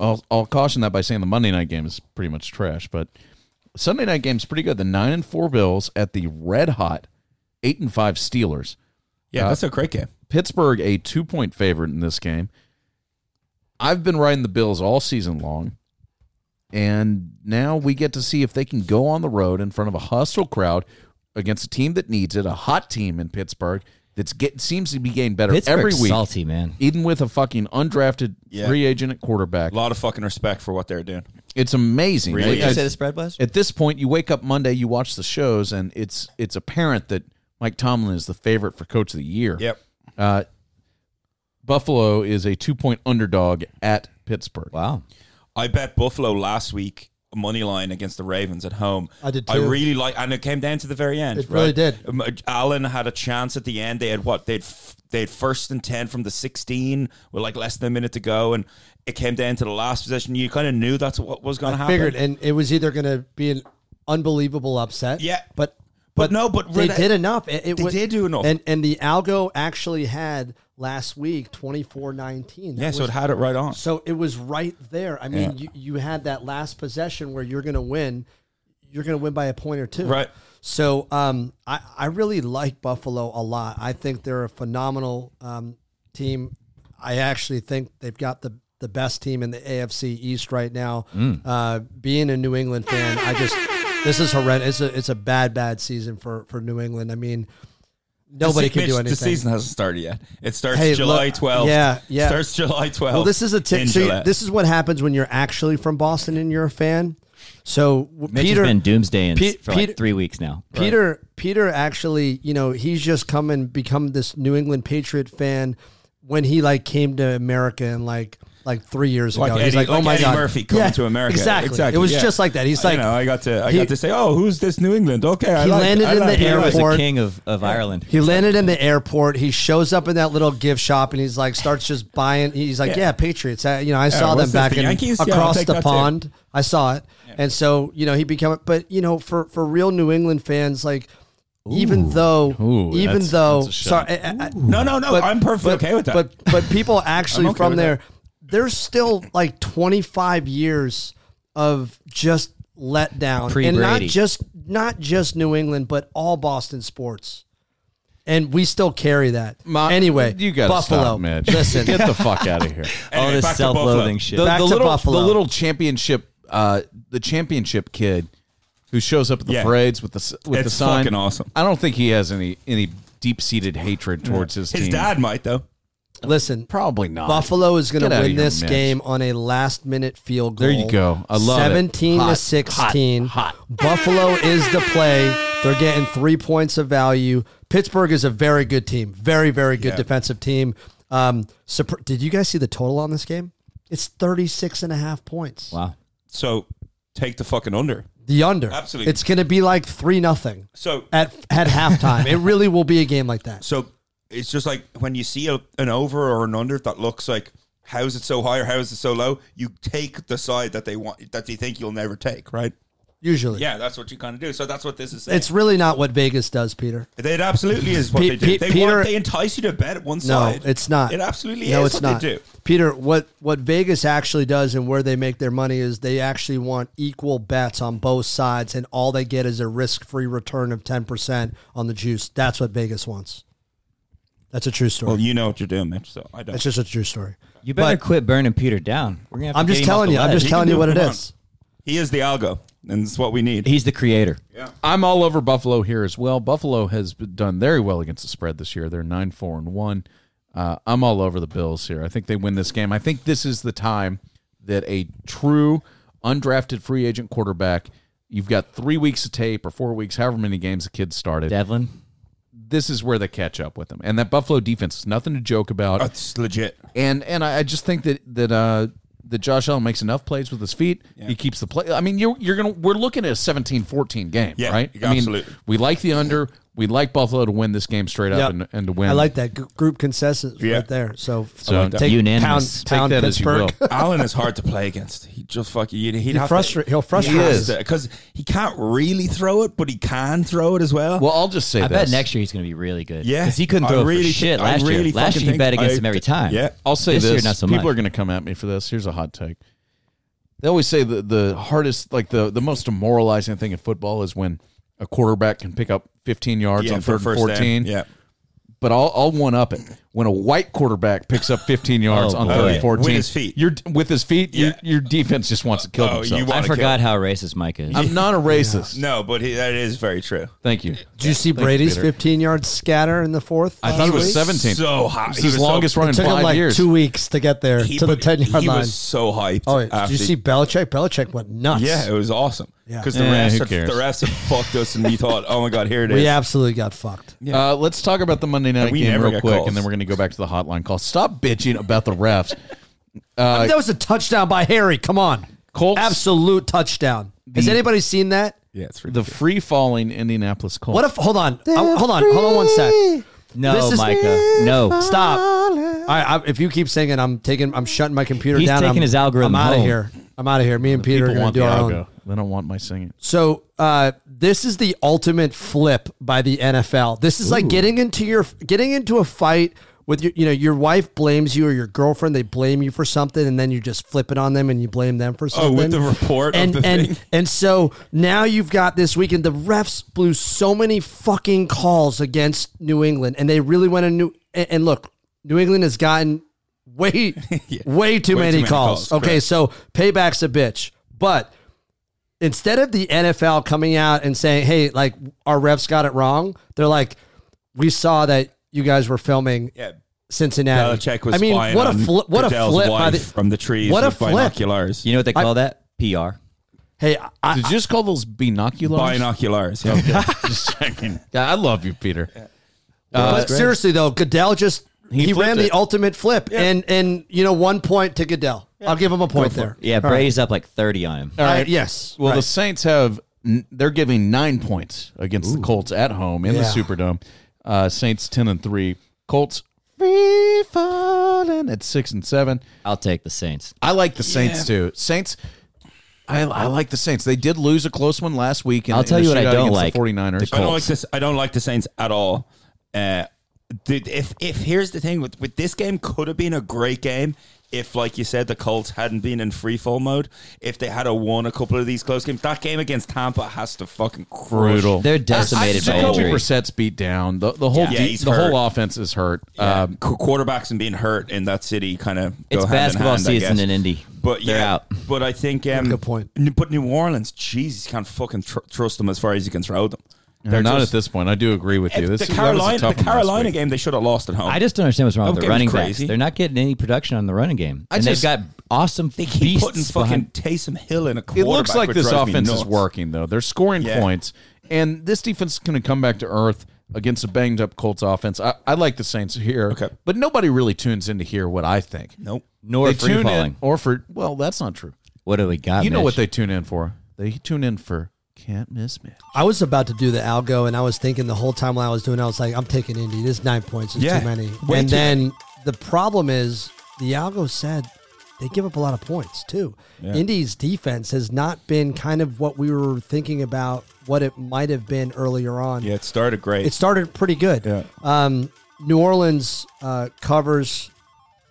Speaker 1: I'll, I'll caution that by saying the Monday night game is pretty much trash, but Sunday night game is pretty good. The nine and four Bills at the red hot eight and five Steelers.
Speaker 2: Yeah,
Speaker 1: Uh,
Speaker 2: that's a great game.
Speaker 1: Pittsburgh a two point favorite in this game. I've been riding the Bills all season long, and now we get to see if they can go on the road in front of a hostile crowd against a team that needs it, a hot team in Pittsburgh that's get seems to be getting better
Speaker 4: Pittsburgh's
Speaker 1: every week,
Speaker 4: salty, man.
Speaker 1: even with a fucking undrafted
Speaker 2: Yeah.
Speaker 1: free agent at quarterback.
Speaker 2: A lot of fucking respect for what they're doing.
Speaker 1: It's amazing.
Speaker 2: Really?
Speaker 1: Like,
Speaker 4: Did you
Speaker 2: I-
Speaker 4: say the spread was?
Speaker 1: at this point, you wake up Monday, you watch the shows, and it's it's apparent that Mike Tomlin is the favorite for coach of the year.
Speaker 2: Yep.
Speaker 1: Uh, Buffalo is a two point underdog at Pittsburgh.
Speaker 4: Wow.
Speaker 2: I bet Buffalo last week money line against the Ravens at home.
Speaker 3: I did
Speaker 2: I
Speaker 3: too.
Speaker 2: really like, and it came down to the very end.
Speaker 3: It really
Speaker 2: right?
Speaker 3: did.
Speaker 2: Um, Allen had a chance at the end. They had what? They'd f- they'd first and ten from the sixteen with like less than a minute to go, and it came down to the last possession. You kind of knew that's what was going to happen.
Speaker 3: Figured, and it was either going to be an unbelievable upset.
Speaker 2: Yeah.
Speaker 3: but
Speaker 2: But no, but
Speaker 3: they
Speaker 2: Renee-
Speaker 3: did enough. It, it
Speaker 2: They
Speaker 3: would-
Speaker 2: did do enough.
Speaker 3: And and the algo actually had last week 24-19. That
Speaker 2: yeah, so
Speaker 3: was-
Speaker 2: it had it right on.
Speaker 3: so it was right there. I mean, you, you had that last possession where you're going to win. You're going to win by a point or two.
Speaker 2: Right.
Speaker 3: So um, I, I really like Buffalo a lot. I think they're a phenomenal um, team. I actually think they've got the, the best team in the AFC East right now.
Speaker 2: Mm.
Speaker 3: Uh, being a New England fan, I just this is horrendous. It's a it's a bad bad season for for New England. I mean, nobody
Speaker 2: The
Speaker 3: can
Speaker 2: se-
Speaker 3: do
Speaker 2: Mitch,
Speaker 3: anything.
Speaker 2: The season hasn't started yet. It starts
Speaker 3: Hey,
Speaker 2: July
Speaker 3: look,
Speaker 2: twelfth.
Speaker 3: yeah, yeah.
Speaker 2: Starts July twelfth.
Speaker 3: Well, this is a tick.
Speaker 2: in
Speaker 3: So you-
Speaker 2: Gillette.
Speaker 3: this is what happens when you're actually from Boston and you're a fan. So w-
Speaker 4: Mitch
Speaker 3: Peter,
Speaker 4: has been doomsdaying
Speaker 3: Pete-
Speaker 4: for like
Speaker 3: Peter-
Speaker 4: three weeks now.
Speaker 3: Peter, Peter actually, you know, he's just come and become this New England Patriot fan when he like came to America and like like three years
Speaker 2: Like
Speaker 3: ago. he's
Speaker 2: Eddie-
Speaker 3: like, oh
Speaker 2: like
Speaker 3: my
Speaker 2: Eddie
Speaker 3: god,
Speaker 2: Murphy coming
Speaker 3: Yeah,
Speaker 2: to America.
Speaker 3: Exactly.
Speaker 2: Exactly,
Speaker 3: It was
Speaker 2: yeah.
Speaker 3: just like that. He's
Speaker 2: I-
Speaker 3: like,
Speaker 2: you know, I got to, I
Speaker 3: he-
Speaker 2: got to say, oh, who's this New England? Okay, I
Speaker 3: He
Speaker 2: like-
Speaker 3: landed
Speaker 2: I
Speaker 3: in
Speaker 2: like
Speaker 3: the
Speaker 2: it.
Speaker 4: Peter was the
Speaker 3: airport.
Speaker 4: king of, of Ireland.
Speaker 3: He landed in the airport. He shows up in that little gift shop, and he's like, starts just buying. He's like, "Yeah, Patriots. I, you know, I saw
Speaker 2: what's
Speaker 3: them
Speaker 2: this,
Speaker 3: back
Speaker 2: the
Speaker 3: in,
Speaker 2: Yankees? Yeah, I'll
Speaker 3: across
Speaker 2: take
Speaker 3: the
Speaker 2: that too."
Speaker 3: pond. I saw it." And so, you know, he became. But you know, for for real New England fans, like, even though,
Speaker 1: Ooh,
Speaker 3: even
Speaker 1: that's-
Speaker 3: though,
Speaker 1: that's a
Speaker 3: sorry,
Speaker 1: shot.
Speaker 3: I- I-
Speaker 2: No, no, no. I'm perfectly
Speaker 3: but-
Speaker 2: okay with that.
Speaker 3: But but people actually
Speaker 2: I'm okay
Speaker 3: from
Speaker 2: with
Speaker 3: there, there's still like 25 years of just letdown, and not
Speaker 4: Pre-Brady.
Speaker 3: just not just New England, but all Boston sports. And we still carry that.
Speaker 1: My-
Speaker 3: anyway,
Speaker 1: you got to
Speaker 3: Buffalo.
Speaker 1: stop, Mitch.
Speaker 3: Listen,
Speaker 1: get the fuck out of here.
Speaker 4: All
Speaker 2: Anyway,
Speaker 4: this
Speaker 2: back to Buffalo.
Speaker 4: self-loathing shit.
Speaker 1: The,
Speaker 3: Back
Speaker 1: the
Speaker 3: to
Speaker 1: little,
Speaker 3: Buffalo.
Speaker 1: The little championship, uh, the championship kid who shows up at the
Speaker 2: Yeah.
Speaker 1: parades with the s- with the
Speaker 2: It's
Speaker 1: sign.
Speaker 2: fucking awesome. Mm.
Speaker 1: I don't think he has any any deep seated hatred towards his,
Speaker 2: His
Speaker 1: team.
Speaker 2: dad might though.
Speaker 3: Listen,
Speaker 1: probably not.
Speaker 3: Buffalo is going
Speaker 1: Get
Speaker 3: to
Speaker 1: outta
Speaker 3: win
Speaker 1: here,
Speaker 3: this
Speaker 1: Mitch.
Speaker 3: game on a last minute field goal.
Speaker 1: There you go. I love it.
Speaker 3: 17
Speaker 1: Hot,
Speaker 3: to
Speaker 1: hot,
Speaker 3: 16.
Speaker 1: hot.
Speaker 3: Buffalo is the play. They're getting three points of value. Pittsburgh is a very good team. Very, very good defensive team. Um, sup- did you guys see the total on this game? It's 36 and a half points.
Speaker 4: Wow.
Speaker 2: So take the fucking under.
Speaker 3: The under.
Speaker 2: Absolutely.
Speaker 3: It's going to be like 3 nothing
Speaker 2: So
Speaker 3: at, at halftime. it really will be a game like that.
Speaker 2: so it's just like when you see a, an over or an under that looks like how is it so high or how is it so low? You take the side that they want that they think you'll never take, right?
Speaker 3: Usually.
Speaker 2: Yeah, that's what you kind of do. So that's what this is. Saying.
Speaker 3: It's really not what Vegas does, Peter.
Speaker 2: It absolutely is what
Speaker 3: Pe-
Speaker 2: they do.
Speaker 3: Pe-
Speaker 2: they
Speaker 3: Peter-
Speaker 2: want, they entice you to bet at one
Speaker 3: No,
Speaker 2: side.
Speaker 3: it's not.
Speaker 2: It absolutely
Speaker 3: no,
Speaker 2: is
Speaker 3: it's
Speaker 2: what
Speaker 3: not.
Speaker 2: they do.
Speaker 3: Peter, what what Vegas actually does and where they make their money is they actually want equal bets on both sides, and all they get is a risk-free return of ten percent on the juice. That's what Vegas wants. That's a true story.
Speaker 2: Well, you know what you're doing, Mitch. So I don't.
Speaker 3: That's just a true story.
Speaker 4: You better
Speaker 3: But-
Speaker 4: quit burning Peter down. We're gonna have to
Speaker 3: I'm
Speaker 4: get
Speaker 3: just
Speaker 4: him off
Speaker 3: telling
Speaker 4: the
Speaker 3: you. I'm
Speaker 4: ledge.
Speaker 3: just
Speaker 2: He
Speaker 3: telling
Speaker 2: can
Speaker 3: you
Speaker 2: do
Speaker 3: what
Speaker 2: it.
Speaker 3: it
Speaker 2: Come
Speaker 3: is.
Speaker 2: he is the algo, and it's what we need.
Speaker 4: He's the creator.
Speaker 1: I'm all over Buffalo here as well. Buffalo has been- done very well against the spread this year. They're nine four and one. Uh, I'm all over the Bills here. I think they win this game. I think this is the time that a true undrafted free agent quarterback. You've got three weeks of tape or four weeks, however many games the kid started.
Speaker 4: Devlin.
Speaker 1: This is where they catch up with them, and that Buffalo defense is nothing to joke about.
Speaker 2: That's legit.
Speaker 1: and and I I just think that that uh, that Josh Allen makes enough plays with his feet. He keeps the play. I mean, you're you're gonna we're looking at a 17-14 game,
Speaker 2: Yeah,
Speaker 1: right? I mean,
Speaker 2: absolutely.
Speaker 1: we like the under. We like Buffalo to win this game straight up
Speaker 3: Yep.
Speaker 1: and, and to win.
Speaker 3: I like that g- group consensus
Speaker 2: Yeah.
Speaker 3: right there. So,
Speaker 1: So,
Speaker 3: f- take
Speaker 4: Unanimous.
Speaker 1: take
Speaker 3: Pound, pound
Speaker 1: that as you
Speaker 3: Pittsburgh.
Speaker 1: will.
Speaker 2: Allen is hard to play against. He just fuck he'd, he'd
Speaker 3: He'll
Speaker 2: have
Speaker 3: frustrate.
Speaker 2: to,
Speaker 3: He'll frustrate. us.
Speaker 2: because he can't really throw it, but he can throw it as well.
Speaker 1: Well, I'll just say
Speaker 4: I
Speaker 1: this.
Speaker 4: bet next year he's going to be really good.
Speaker 2: Yeah.
Speaker 4: because he couldn't
Speaker 2: I
Speaker 4: throw
Speaker 2: really
Speaker 4: for
Speaker 2: thi-
Speaker 4: shit
Speaker 2: I
Speaker 4: last
Speaker 2: really
Speaker 4: year. Last
Speaker 2: fucking
Speaker 4: year you bet
Speaker 2: think
Speaker 4: against
Speaker 2: I-
Speaker 4: him every time.
Speaker 2: yeah.
Speaker 1: I'll say
Speaker 4: This
Speaker 1: this.
Speaker 4: year, not so
Speaker 1: People
Speaker 4: much.
Speaker 1: are going to come at me for this. Here's a hot take. They always say the the hardest, like the the most demoralizing thing in football is when a quarterback can pick up 15 yards
Speaker 2: yeah,
Speaker 1: on third
Speaker 2: for
Speaker 1: and
Speaker 2: first down.
Speaker 1: 14.
Speaker 2: Yeah.
Speaker 1: but I'll, I'll one up it. When a white quarterback picks up 15 yards
Speaker 4: Oh,
Speaker 1: on
Speaker 4: boy.
Speaker 1: third
Speaker 2: Oh,
Speaker 1: and
Speaker 2: yeah.
Speaker 1: 14,
Speaker 2: With his feet.
Speaker 1: Your, with his feet, your,
Speaker 2: Yeah.
Speaker 1: your defense just wants to kill
Speaker 2: Oh, you
Speaker 1: themself.
Speaker 2: want-
Speaker 4: I
Speaker 2: Wanna
Speaker 4: forgot how racist Mike is.
Speaker 1: I'm not a racist.
Speaker 2: No, but he, that is very true.
Speaker 1: Thank you.
Speaker 3: Did you see
Speaker 1: Thank you,
Speaker 3: Brady's
Speaker 1: Peter.
Speaker 3: 15 yard scatter in the fourth?
Speaker 1: I
Speaker 3: last
Speaker 1: thought it was
Speaker 3: week?
Speaker 1: 17.
Speaker 2: So hot.
Speaker 1: It's
Speaker 2: He
Speaker 1: his
Speaker 2: was
Speaker 1: longest
Speaker 2: so-
Speaker 1: run in
Speaker 3: It took
Speaker 1: five
Speaker 3: him like
Speaker 1: years.
Speaker 3: two weeks to get there
Speaker 2: He-
Speaker 3: to the
Speaker 2: but
Speaker 3: 10 yard
Speaker 2: He
Speaker 3: line.
Speaker 2: was so hyped.
Speaker 3: Oh, yeah.
Speaker 2: after
Speaker 3: did you
Speaker 2: he-
Speaker 3: see Belichick? Belichick went nuts.
Speaker 2: Yeah, it was awesome.
Speaker 3: Yeah.
Speaker 2: Because the,
Speaker 1: Eh,
Speaker 2: refs
Speaker 1: who
Speaker 2: had-
Speaker 1: cares?
Speaker 2: the refs had fucked us, and we thought, oh my God, here it is.
Speaker 3: we absolutely got fucked.
Speaker 1: Uh, let's talk about the Monday night
Speaker 2: And we
Speaker 1: game
Speaker 2: never
Speaker 1: real
Speaker 2: get
Speaker 1: quick,
Speaker 2: calls.
Speaker 1: and then we're going to go back to the hotline call. Stop bitching about the refs.
Speaker 3: that was a touchdown by Harry. Come on,
Speaker 1: Colts.
Speaker 3: absolute touchdown. Has anybody seen that?
Speaker 2: Yeah, it's
Speaker 1: The
Speaker 2: ridiculous.
Speaker 1: free falling Indianapolis Colts.
Speaker 3: What if? Hold on, I- hold on, hold on one sec.
Speaker 4: no,
Speaker 3: This is-
Speaker 4: Micah. No,
Speaker 3: Stop. I, I, if you keep singing, I'm taking. I'm shutting my computer
Speaker 4: He's
Speaker 3: down.
Speaker 4: taking
Speaker 3: I'm,
Speaker 4: his algorithm
Speaker 3: I'm out of
Speaker 4: home.
Speaker 3: here. I'm out of here. Me and Peter are
Speaker 1: people
Speaker 3: going
Speaker 1: want
Speaker 3: to
Speaker 1: the
Speaker 3: do our own.
Speaker 1: algo? They don't want my singing.
Speaker 3: So uh, this is the ultimate flip by the NFL. This is like getting into your getting into a fight with your you know your wife blames you or your girlfriend they blame you for something and then you just flip it on them and you blame them for something.
Speaker 2: Oh, with the report of
Speaker 3: and
Speaker 2: the
Speaker 3: and
Speaker 2: thing?
Speaker 3: and so now you've got this weekend the refs blew so many fucking calls against New England and they really went to New and, and look New England has gotten way
Speaker 2: Way
Speaker 3: way too many,
Speaker 2: too many
Speaker 3: calls.
Speaker 2: calls,
Speaker 3: Okay,
Speaker 2: correct.
Speaker 3: so payback's a bitch, but instead of the NFL coming out and saying, "Hey, like our refs got it wrong," they're like, "We saw that you guys were filming
Speaker 2: Yeah.
Speaker 3: Cincinnati."
Speaker 2: Belichick was
Speaker 3: I mean,
Speaker 2: spying
Speaker 3: what a
Speaker 2: on
Speaker 3: flip! What a
Speaker 2: Goodell's
Speaker 3: flip! By
Speaker 2: wife
Speaker 3: the,
Speaker 2: from the trees
Speaker 3: What a
Speaker 2: with
Speaker 3: flip.
Speaker 2: binoculars.
Speaker 4: you know what they call that? PR.
Speaker 3: hey, I,
Speaker 1: Did you just call those binoculars?
Speaker 2: Binoculars. Yeah.
Speaker 1: Just checking. Yeah, I love you, Peter.
Speaker 3: but seriously though, Goodell just he,
Speaker 1: flipped
Speaker 3: ran the
Speaker 1: it.
Speaker 3: ultimate flip, and and you know one point to Goodell. I'll give him a point there.
Speaker 4: Yeah, Brady's up like thirty on him.
Speaker 1: All
Speaker 3: Uh,
Speaker 1: right.
Speaker 3: yes.
Speaker 1: Well, the
Speaker 3: Right.
Speaker 1: Saints have they're giving nine points against the Colts at home in the
Speaker 3: Yeah.
Speaker 1: Superdome. Uh, Saints ten and three, Colts free falling at six and seven.
Speaker 4: I'll take the Saints.
Speaker 1: I like the Saints too. Saints, I, I like the Saints. They did lose a close one last week. In,
Speaker 4: I'll
Speaker 1: in
Speaker 4: tell
Speaker 1: the
Speaker 4: you what I
Speaker 1: shootout
Speaker 4: don't
Speaker 1: against
Speaker 4: like.
Speaker 1: The 49ers.
Speaker 2: I don't like this. I don't like the Saints at all. Uh, the, if if here's the thing with with this game could have been a great game if, like you said, the Colts hadn't been in free fall mode. If they had a won a couple of these close games, that game against Tampa has to fucking crush.
Speaker 1: brutal.
Speaker 4: They're decimated by
Speaker 1: Jacoby
Speaker 4: injury.
Speaker 1: Brissett's beat down. The, the whole
Speaker 2: Yeah,
Speaker 1: de-
Speaker 2: he's
Speaker 1: the
Speaker 2: hurt.
Speaker 1: whole offense is hurt.
Speaker 2: Yeah,
Speaker 1: Um,
Speaker 2: qu- quarterbacks and being hurt in that city kind of
Speaker 4: It's basketball season in Indy.
Speaker 2: But
Speaker 4: They're
Speaker 2: yeah,
Speaker 4: out.
Speaker 2: but I think um,
Speaker 3: Good point.
Speaker 2: N- But New Orleans, Jesus, can't fucking tr- trust them as far as you can throw them.
Speaker 1: They're not
Speaker 2: just-
Speaker 1: at this point. I do agree with you.
Speaker 2: If
Speaker 1: This that
Speaker 2: the
Speaker 1: was a
Speaker 2: Carolina,
Speaker 1: tough one
Speaker 2: the
Speaker 1: last
Speaker 2: Carolina
Speaker 1: week.
Speaker 2: game, they should have lost at home.
Speaker 4: I just don't understand what's wrong with
Speaker 2: Okay,
Speaker 4: the
Speaker 2: it was
Speaker 4: running backs.
Speaker 2: crazy.
Speaker 4: They're not getting any production on the running game,
Speaker 1: I
Speaker 4: and
Speaker 1: just-
Speaker 4: they've got awesome
Speaker 2: they keep
Speaker 4: beasts
Speaker 2: putting fucking
Speaker 4: behind-
Speaker 2: Taysom Hill in a
Speaker 1: It
Speaker 2: quarterback.
Speaker 1: looks like
Speaker 2: which
Speaker 1: this
Speaker 2: drives me
Speaker 1: offense is
Speaker 2: nuts.
Speaker 1: working though. They're scoring
Speaker 2: Yeah.
Speaker 1: points, and this defense is going to come back to earth against a banged up Colts offense. I, I like the Saints here,
Speaker 2: Okay.
Speaker 1: but nobody really tunes in to hear what I think.
Speaker 2: Nope.
Speaker 4: nor
Speaker 1: they
Speaker 4: free
Speaker 1: tune
Speaker 4: falling.
Speaker 1: in or for well, that's not true.
Speaker 4: What do we got?
Speaker 1: you know what
Speaker 4: Mitch?
Speaker 1: they tune in for? They tune in for can't miss Mitch.
Speaker 3: I was about to do the algo, and I was thinking the whole time while I was doing, it, I was like, I'm taking Indy. This nine points is
Speaker 2: Yeah,
Speaker 3: too many.
Speaker 2: way
Speaker 3: and
Speaker 2: too
Speaker 3: then the problem is the algo said they give up a lot of points too. Indy's defense has not been kind of what we were thinking about what it might have been earlier on.
Speaker 2: Yeah, it started great.
Speaker 3: It started pretty good.
Speaker 2: Yeah.
Speaker 3: Um, New Orleans uh, covers,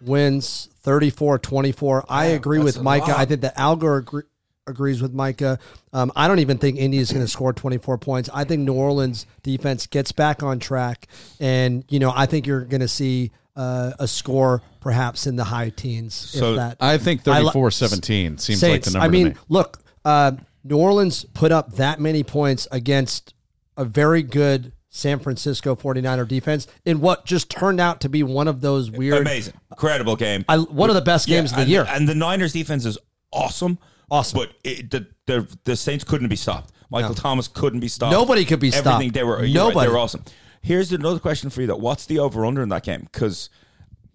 Speaker 3: wins 34 24. I agree with Micah. I think that Algar agree, agrees with Micah. Um, I don't even think Indy is going to score 24 points. I think New Orleans defense gets back on track. And, you know, I think you're going to see uh, a score perhaps in the high teens.
Speaker 2: So,
Speaker 3: if that.
Speaker 1: I think
Speaker 3: I li-
Speaker 1: 34-17 seems like the
Speaker 3: Saints.
Speaker 1: number.
Speaker 3: I mean,
Speaker 1: to me.
Speaker 3: look, uh, New Orleans put up that many points against a very good San Francisco 49er defense in what just turned out to be one of those weird,
Speaker 2: Amazing, incredible game.
Speaker 3: I, one of the best games of the
Speaker 2: and,
Speaker 3: year.
Speaker 2: And the Niners defense is awesome.
Speaker 3: Awesome.
Speaker 2: But it, the, the the Saints couldn't be stopped. Michael Thomas couldn't be stopped.
Speaker 3: Nobody could be stopped.
Speaker 2: Everything they were you're right,
Speaker 3: Nobody.
Speaker 2: they were awesome. Here's another question for you though. What's the over under in that game? Because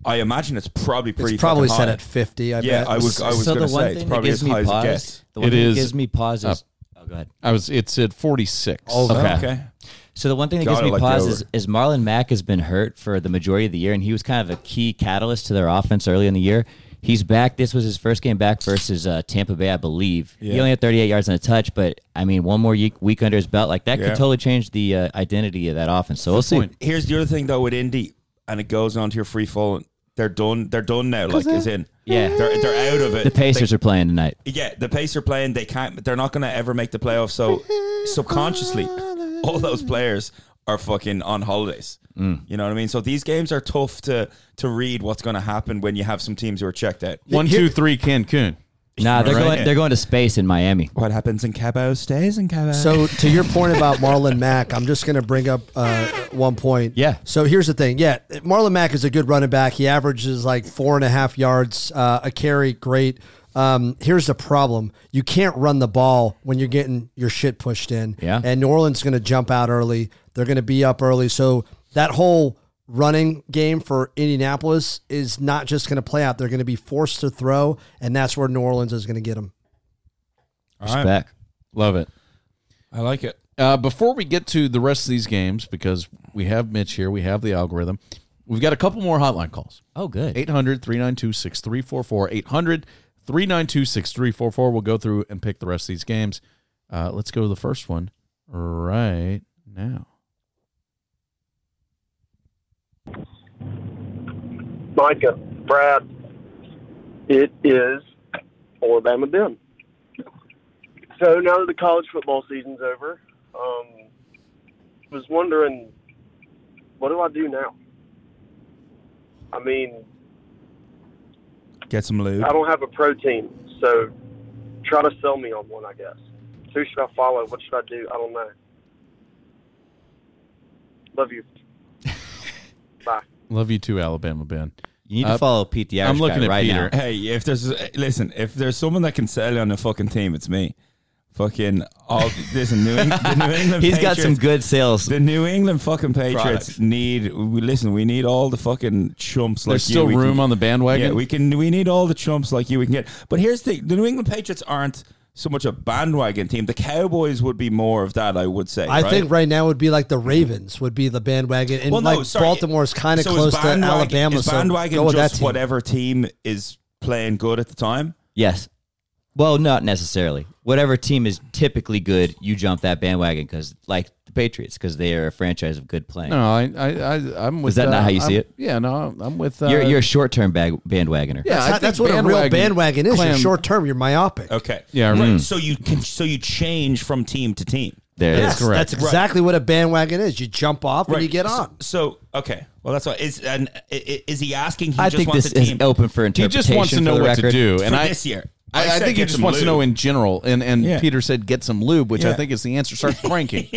Speaker 2: I imagine it's probably pretty
Speaker 3: it's probably
Speaker 2: fucking
Speaker 3: set
Speaker 2: high.
Speaker 3: at 50. I
Speaker 2: Yeah,
Speaker 3: bet.
Speaker 2: I was I was
Speaker 4: so
Speaker 2: gonna
Speaker 4: the one
Speaker 2: say it's
Speaker 4: thing that
Speaker 2: probably as
Speaker 4: gives
Speaker 2: high
Speaker 4: me
Speaker 2: as it
Speaker 4: pause.
Speaker 2: gets.
Speaker 4: The one
Speaker 1: It
Speaker 4: thing
Speaker 1: is
Speaker 4: that gives me pause is. Oh, go ahead.
Speaker 1: I was it's at 46.
Speaker 2: Okay.
Speaker 4: So the one thing that
Speaker 2: Gotta
Speaker 4: gives me
Speaker 2: like the
Speaker 4: pause
Speaker 2: over.
Speaker 4: is, is Marlon Mack has been hurt for the majority of the year, and he was kind of a key catalyst to their offense early in the year. He's back. This was his first game back versus uh, Tampa Bay, I believe. He only had 38 yards and a touch, but I mean, one more ye- week under his belt, like that
Speaker 2: Yeah.
Speaker 4: could totally change the uh, identity of that offense. So we'll see.
Speaker 1: point.
Speaker 2: Here's the other thing though with Indy, and it goes on to your free fall. They're done. They're done now. Like is in.
Speaker 4: Yeah.
Speaker 2: they're they're out of it.
Speaker 4: The Pacers are playing tonight.
Speaker 2: Yeah, the Pacers are playing. They can't. They're not going to ever make the playoffs. So subconsciously, all those players are fucking on holidays. You know what I mean? So these games are tough to to read what's going to happen when you have some teams who are checked out.
Speaker 1: One, two, three, Cancun.
Speaker 4: Nah, they're
Speaker 2: Right.
Speaker 4: going. They're going to space in Miami.
Speaker 2: What happens in Cabo stays in Cabo.
Speaker 3: So to your point about Marlon Mack, I'm just going to bring up uh, one point.
Speaker 4: Yeah.
Speaker 3: So here's the thing. Yeah, Marlon Mack is a good running back. He averages like four and a half yards uh, a carry. Great. Um, here's the problem: you can't run the ball when you're getting your shit pushed in.
Speaker 4: Yeah.
Speaker 3: And New Orleans going to jump out early. They're going to be up early. So that whole running game for Indianapolis is not just going to play out. They're going to be forced to throw, and that's where New Orleans is going to get them.
Speaker 4: Respect.
Speaker 1: Love it.
Speaker 2: I like it.
Speaker 1: Uh, before we get to the rest of these games, because we have Mitch here, we have the algorithm, we've got a couple more hotline calls.
Speaker 4: Oh, good.
Speaker 1: 800 392 6344. 800 392 6344. We'll go through and pick the rest of these games. Uh, let's go to the first one right now.
Speaker 7: Micah, Brad, it is Alabama Ben. So now that the college football season's over, um, was wondering, what do I do now? I mean,
Speaker 2: Get some lube.
Speaker 7: I don't have a pro team, so try to sell me on one, I guess. Who should I follow? What should I do? I don't know. Love you. Bye.
Speaker 1: Love you too, Alabama Ben.
Speaker 4: You need
Speaker 1: Uh,
Speaker 4: to follow Pete the Irish
Speaker 1: I'm looking
Speaker 4: guy
Speaker 1: at
Speaker 4: right
Speaker 1: Peter.
Speaker 4: now.
Speaker 2: Hey, if there's listen, if there's someone that can sell you on a fucking team, it's me. Fucking all listen, New, Eng- the New England.
Speaker 4: He's got some
Speaker 2: Patriots-
Speaker 4: good sales.
Speaker 2: The New England fucking Patriots
Speaker 4: Products.
Speaker 2: need. We, listen, we need all the fucking chumps like
Speaker 1: There's still
Speaker 2: you. We
Speaker 1: room
Speaker 2: can-
Speaker 1: on the bandwagon.
Speaker 2: Yeah, we can. We need all the chumps like you. We can get. But here's the: thing, the New England Patriots aren't so much a bandwagon team. The Cowboys would be more of that, I would say.
Speaker 3: I
Speaker 2: right?
Speaker 3: think right now would be like the Ravens would be the bandwagon, and like Baltimore is kind of
Speaker 2: So
Speaker 3: close to
Speaker 2: bandwagon-
Speaker 3: Alabama.
Speaker 2: Is
Speaker 3: so
Speaker 2: bandwagon
Speaker 3: go with that
Speaker 2: just
Speaker 3: team.
Speaker 2: whatever team is playing good at the time?
Speaker 4: Yes. Well, not necessarily. Whatever team is typically good, you jump that bandwagon because, like the Patriots, because they are a franchise of good playing.
Speaker 1: No, I, I, I, I'm with. uh,
Speaker 4: that not how you
Speaker 1: I'm-
Speaker 4: see it?
Speaker 1: Yeah, no, I'm with. Uh,
Speaker 4: you're, you're a short term bag- bandwagoner.
Speaker 1: yeah, I
Speaker 3: That's,
Speaker 1: think
Speaker 3: that's what a real bandwagon is. You're
Speaker 1: clam-
Speaker 3: short term. You're myopic.
Speaker 2: Okay.
Speaker 1: Yeah,
Speaker 2: Right.
Speaker 1: right.
Speaker 2: So you can. So you change from team to team.
Speaker 4: there.
Speaker 1: That's
Speaker 3: Yes,
Speaker 1: correct.
Speaker 3: That's exactly what a bandwagon is. You jump off and you get
Speaker 2: So-
Speaker 3: on.
Speaker 2: So, okay. Well, that's why. Is and i- i- is he asking? He
Speaker 4: I
Speaker 2: just
Speaker 4: think
Speaker 2: wants
Speaker 4: this
Speaker 2: a
Speaker 4: is
Speaker 2: team
Speaker 4: open for
Speaker 1: He
Speaker 4: interpretation.
Speaker 1: just wants to
Speaker 4: for
Speaker 1: know
Speaker 4: the
Speaker 1: what
Speaker 4: record.
Speaker 1: to do,
Speaker 2: for
Speaker 1: and I
Speaker 2: this year. Like
Speaker 1: I, I
Speaker 2: said,
Speaker 1: think he
Speaker 2: get
Speaker 1: just
Speaker 2: some
Speaker 1: wants to
Speaker 2: lube.
Speaker 1: know in general, and and
Speaker 2: Yeah.
Speaker 1: Peter said get some lube, which I
Speaker 2: Yeah.
Speaker 1: think is the answer. Start cranking.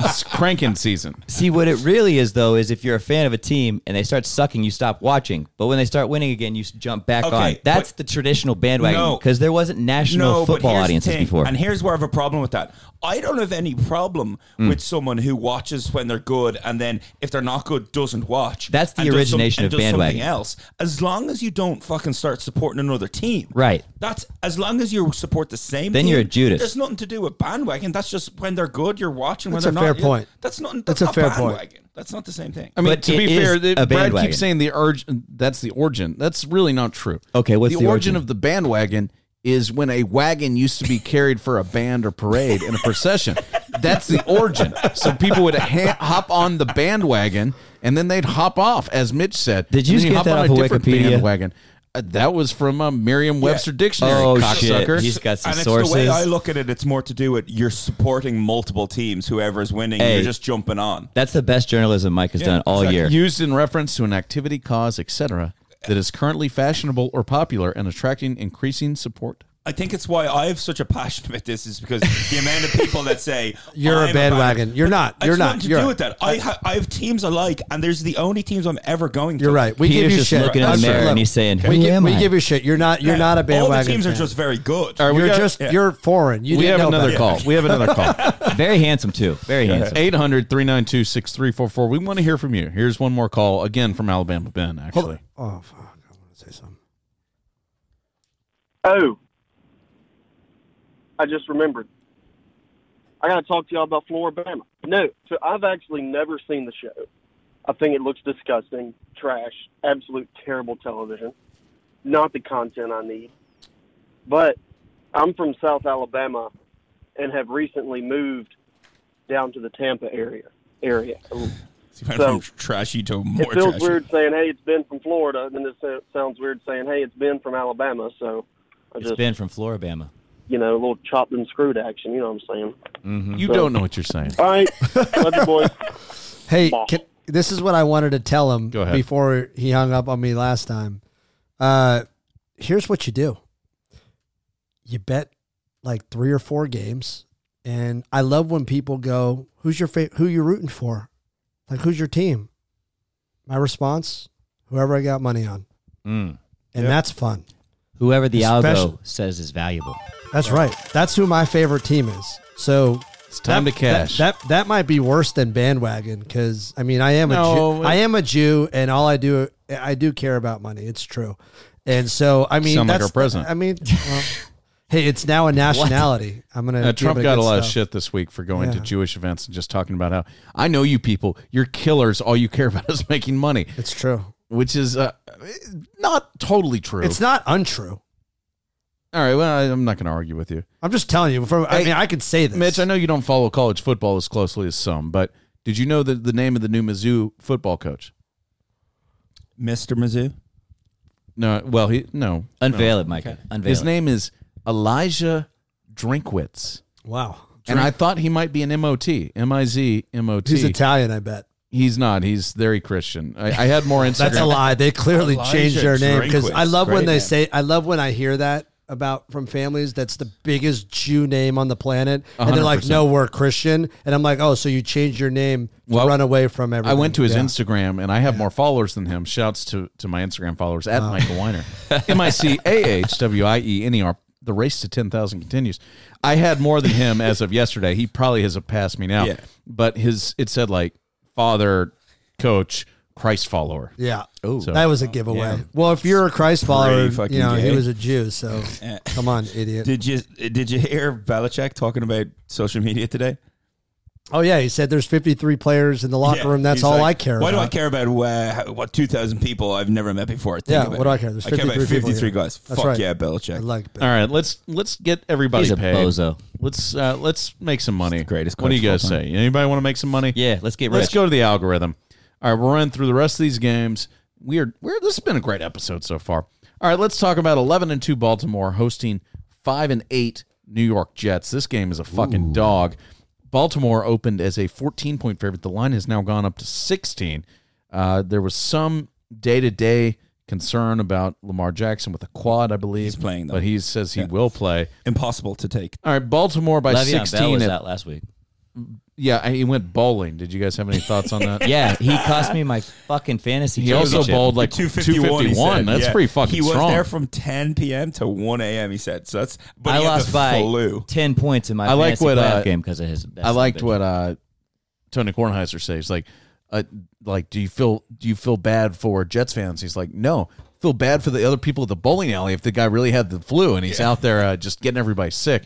Speaker 1: it's cranking season.
Speaker 4: See, what it really is, though, is if you're a fan of a team and they start sucking, you stop watching. But when they start winning again, you s- jump back
Speaker 2: Okay,
Speaker 4: on. That's
Speaker 2: but-
Speaker 4: the traditional bandwagon
Speaker 2: No.
Speaker 4: because there wasn't national
Speaker 2: but
Speaker 4: football
Speaker 2: here's the
Speaker 4: audiences
Speaker 2: thing,
Speaker 4: before.
Speaker 2: And here's where I have a problem with that. I don't have any problem
Speaker 4: Hmm.
Speaker 2: with someone who watches when they're good and then if they're not good doesn't watch.
Speaker 4: That's the
Speaker 2: and does
Speaker 4: origination
Speaker 2: and
Speaker 4: of
Speaker 2: does something
Speaker 4: bandwagon.
Speaker 2: Else, as long as you don't fucking start supporting another team,
Speaker 4: Right.
Speaker 2: That's as long as you support the same.
Speaker 4: Then
Speaker 2: team,
Speaker 4: you're a Judas.
Speaker 2: There's nothing to do with bandwagon. That's just when they're good, you're watching.
Speaker 3: That's
Speaker 2: when
Speaker 3: a
Speaker 2: they're
Speaker 3: fair
Speaker 2: not,
Speaker 3: point.
Speaker 2: That's not. That's,
Speaker 3: That's a
Speaker 2: not
Speaker 3: fair point.
Speaker 2: bandwagon. That's not the same thing.
Speaker 1: I mean,
Speaker 4: But
Speaker 1: to be
Speaker 4: it is
Speaker 1: fair, the,
Speaker 4: a
Speaker 1: Brad
Speaker 4: bandwagon.
Speaker 1: keeps saying the urge. That's the origin. That's really not true.
Speaker 4: Okay, what's the
Speaker 1: origin
Speaker 4: origin?
Speaker 1: of the bandwagon? Is when a wagon used to be carried for a band or parade in a procession. That's the origin. So people would ha- hop on the bandwagon and then they'd hop off, as Mitch said.
Speaker 4: Did you
Speaker 1: And
Speaker 4: just
Speaker 1: then
Speaker 4: get
Speaker 1: hop
Speaker 4: that
Speaker 1: on
Speaker 4: off
Speaker 1: a
Speaker 4: of
Speaker 1: different
Speaker 4: Wikipedia?
Speaker 1: Bandwagon. Uh, that was from a Merriam-Webster dictionary.
Speaker 4: Oh,
Speaker 1: cocksucker.
Speaker 4: shit. He's got some
Speaker 2: and
Speaker 4: sources.
Speaker 2: It's the way I look at it, it's more to do with you're supporting multiple teams. Whoever's winning,
Speaker 4: Hey.
Speaker 2: you're just jumping on.
Speaker 4: That's the best journalism Mike has
Speaker 2: Yeah,
Speaker 4: done all
Speaker 2: exactly.
Speaker 4: year.
Speaker 1: used in reference to an activity, cause, etc., that is currently fashionable or popular and attracting increasing support.
Speaker 2: I think it's why I have such a passion about this is because the amount of people that say
Speaker 3: You're
Speaker 2: "I'm
Speaker 3: a bandwagon.
Speaker 2: band-"
Speaker 3: You're not.
Speaker 2: It's
Speaker 3: You're
Speaker 2: nothing
Speaker 3: not.
Speaker 2: to
Speaker 3: You're
Speaker 2: do with that. I, ha- I have teams alike, and there's the only teams I'm ever going to.
Speaker 3: You're right. We give
Speaker 4: Peter's
Speaker 3: you
Speaker 4: just
Speaker 3: shit.
Speaker 4: looking in
Speaker 3: Us-
Speaker 4: the mirror
Speaker 3: look,
Speaker 4: and he's saying, "Who
Speaker 3: we, gi-
Speaker 4: am
Speaker 3: we
Speaker 4: I?"
Speaker 3: give you shit. You're not. You're not a bandwagon.
Speaker 2: All the teams are
Speaker 3: fan.
Speaker 2: just very good.
Speaker 1: right, we
Speaker 3: You're
Speaker 1: got-
Speaker 3: just.
Speaker 2: yeah.
Speaker 3: You're foreign. You
Speaker 1: we
Speaker 3: didn't
Speaker 1: have
Speaker 3: know
Speaker 1: another
Speaker 3: that.
Speaker 1: call. We have another call.
Speaker 4: Very handsome too. Very handsome.
Speaker 1: 800 392 6344. We want to hear from you. Here's one more call, again from Alabama Ben,
Speaker 3: Hold
Speaker 1: actually.
Speaker 3: on. Oh fuck! I want to say something.
Speaker 7: Oh, I just remembered. I got to talk to y'all about Floribama. No, so I've actually never seen the show. I think it looks disgusting, trash, absolute terrible television. Not the content I need. But I'm from South Alabama and have recently moved down to the Tampa area. Area.
Speaker 2: You went from
Speaker 7: So-
Speaker 2: trashy to
Speaker 7: It
Speaker 2: more
Speaker 7: feels
Speaker 2: trashy.
Speaker 7: weird saying, "Hey, it's Ben from Florida," and then it so- sounds weird saying, "Hey, it's Ben from Alabama." So I
Speaker 4: It's
Speaker 7: just
Speaker 4: Ben from Floribama.
Speaker 7: you know, a little chopped and screwed action. You know what I'm saying?
Speaker 1: You don't know what you're saying.
Speaker 7: All right, love you, boys.
Speaker 3: Hey,
Speaker 7: Ball.
Speaker 3: can, this is what I wanted to tell him
Speaker 1: Go ahead.
Speaker 3: before he hung up on me last time. Uh, here's what you do: you bet like three or four games, and I love when people go, "Who's your favorite? Who you rooting for? Like, who's your team?" My response: whoever I got money on,
Speaker 4: Mm.
Speaker 3: and that's fun.
Speaker 4: Whoever the
Speaker 3: Especially-
Speaker 4: algo says is valuable.
Speaker 3: That's right. That's who my favorite team is. So
Speaker 1: It's time
Speaker 3: that-
Speaker 1: to cash.
Speaker 3: That, that that might be worse than bandwagon because I mean I am a
Speaker 1: No,
Speaker 3: Jew, I am a Jew and all I do I do care about money. It's true, and so I mean
Speaker 1: Sound like
Speaker 3: that's-
Speaker 1: our president.
Speaker 3: I mean, well, hey, it's now a nationality. I'm gonna
Speaker 1: Uh,
Speaker 3: be able
Speaker 1: Trump
Speaker 3: to
Speaker 1: got
Speaker 3: get
Speaker 1: a lot of
Speaker 3: stuff.
Speaker 1: shit this week for going to
Speaker 3: Yeah.
Speaker 1: Jewish events and just talking about how I know you people, you're killers. All you care about is making money,
Speaker 3: It's true.
Speaker 1: which is uh, not totally true.
Speaker 3: It's not untrue.
Speaker 1: All right, well, I- I'm not going to argue with you.
Speaker 3: I'm just telling you. From, I
Speaker 1: Hey,
Speaker 3: mean, I can say this.
Speaker 1: Mitch, I know you don't follow college football as closely as some, but did you know the, the name of the new Mizzou football coach?
Speaker 2: Mr. Mizzou.
Speaker 1: No, well, he no.
Speaker 4: Unveil it, Micah. Unveil
Speaker 1: His
Speaker 4: it.
Speaker 1: name is Elijah Drinkwitz.
Speaker 3: Wow.
Speaker 1: And I thought he might be an MOT, M I Z M O T.
Speaker 3: He's Italian, I bet.
Speaker 1: He's not. He's very Christian. I, I had more Instagram.
Speaker 3: That's a lie. They clearly
Speaker 2: Elijah
Speaker 3: changed their name because
Speaker 2: Drinkwitz.
Speaker 3: I love when
Speaker 2: Great
Speaker 3: they
Speaker 2: name.
Speaker 3: say. I love when I hear that about from families. That's the biggest Jew name on the planet, and they're like,
Speaker 1: 100%.
Speaker 3: "No, we're Christian." And I'm like, "Oh, so you changed your name to
Speaker 1: Well,
Speaker 3: run away from everything?"
Speaker 1: I went to his
Speaker 3: Yeah. Oh.
Speaker 1: Instagram and I have more followers than him. Shouts to, to my Instagram followers at Michael Weiner. M I C A H W I E N E R. The race to 10,000 continues. I had more than him as of yesterday. He probably has passed me now.
Speaker 2: Yeah.
Speaker 1: But his it said like father, coach, Christ follower.
Speaker 3: Yeah,
Speaker 1: So-
Speaker 3: that was a giveaway. Well, if you're a Christ follower,
Speaker 2: Pretty fucking
Speaker 3: you know he
Speaker 2: gay.
Speaker 3: was a Jew. So come on, idiot.
Speaker 2: Did you did you hear Belichick talking about social media today?
Speaker 3: Oh yeah, he said there's 53 players in the locker
Speaker 2: Yeah.
Speaker 3: room. That's
Speaker 2: He's
Speaker 3: all
Speaker 2: like,
Speaker 3: I care.
Speaker 2: Why
Speaker 3: about.
Speaker 2: do I care about uh, how- what two thousand people I've never met before? Think
Speaker 3: Yeah,
Speaker 2: about
Speaker 3: what do
Speaker 2: it.
Speaker 3: I care? There's
Speaker 2: I care about
Speaker 3: 53 people
Speaker 2: fifty three
Speaker 3: here.
Speaker 2: guys.
Speaker 3: That's
Speaker 2: Fuck
Speaker 3: right.
Speaker 2: yeah,
Speaker 3: I
Speaker 2: Belichick.
Speaker 3: like that.
Speaker 1: All right, let's let's get everybody
Speaker 4: He's a
Speaker 1: paid.
Speaker 4: bozo.
Speaker 1: Let's uh, let's make some money.
Speaker 2: greatest
Speaker 1: What do you
Speaker 2: coach
Speaker 1: guys
Speaker 2: of all
Speaker 1: say? Anybody want to make some money?
Speaker 4: Yeah, let's get
Speaker 1: Let's
Speaker 4: rich.
Speaker 1: go to the algorithm. All right, we're running through the rest of these games. Weird. Weird. This has been a great episode so far. All right, let's talk about eleven and two Baltimore hosting five and eight New York Jets. This game is a fucking dog. Baltimore opened as a 14 point favorite. The line has now gone up to 16. Uh, there was some day to day concern about Lamar Jackson with a quad, I believe. He's
Speaker 2: playing, though.
Speaker 1: but he says he will play.
Speaker 2: Impossible to take.
Speaker 1: All right, Baltimore by
Speaker 4: Le'Veon Bell
Speaker 1: 16.
Speaker 4: was
Speaker 1: at-
Speaker 4: out last week.
Speaker 1: yeah, and he went bowling. Did you guys have any thoughts on that?
Speaker 4: Yeah, he cost me my fucking fantasy.
Speaker 1: He also
Speaker 4: championship.
Speaker 1: bowled like
Speaker 2: 251. he
Speaker 1: 251.
Speaker 2: said.
Speaker 1: That's
Speaker 2: Yeah.
Speaker 1: pretty fucking
Speaker 2: He was
Speaker 1: strong.
Speaker 2: there from 10 p.m. to 1 a.m. He said. So that's. But
Speaker 4: I
Speaker 2: he had
Speaker 4: lost
Speaker 2: the
Speaker 4: by
Speaker 2: flu.
Speaker 4: ten points in my
Speaker 1: I like
Speaker 4: fantasy
Speaker 1: what,
Speaker 4: playoff
Speaker 1: uh,
Speaker 4: game because of his.
Speaker 1: I liked what uh, Tony Kornheiser says. Like, uh, like, do you feel do you feel bad for Jets fans? He's like, no, I feel bad for the other people at the bowling alley if the guy really had the flu and he's out there uh, just getting everybody sick.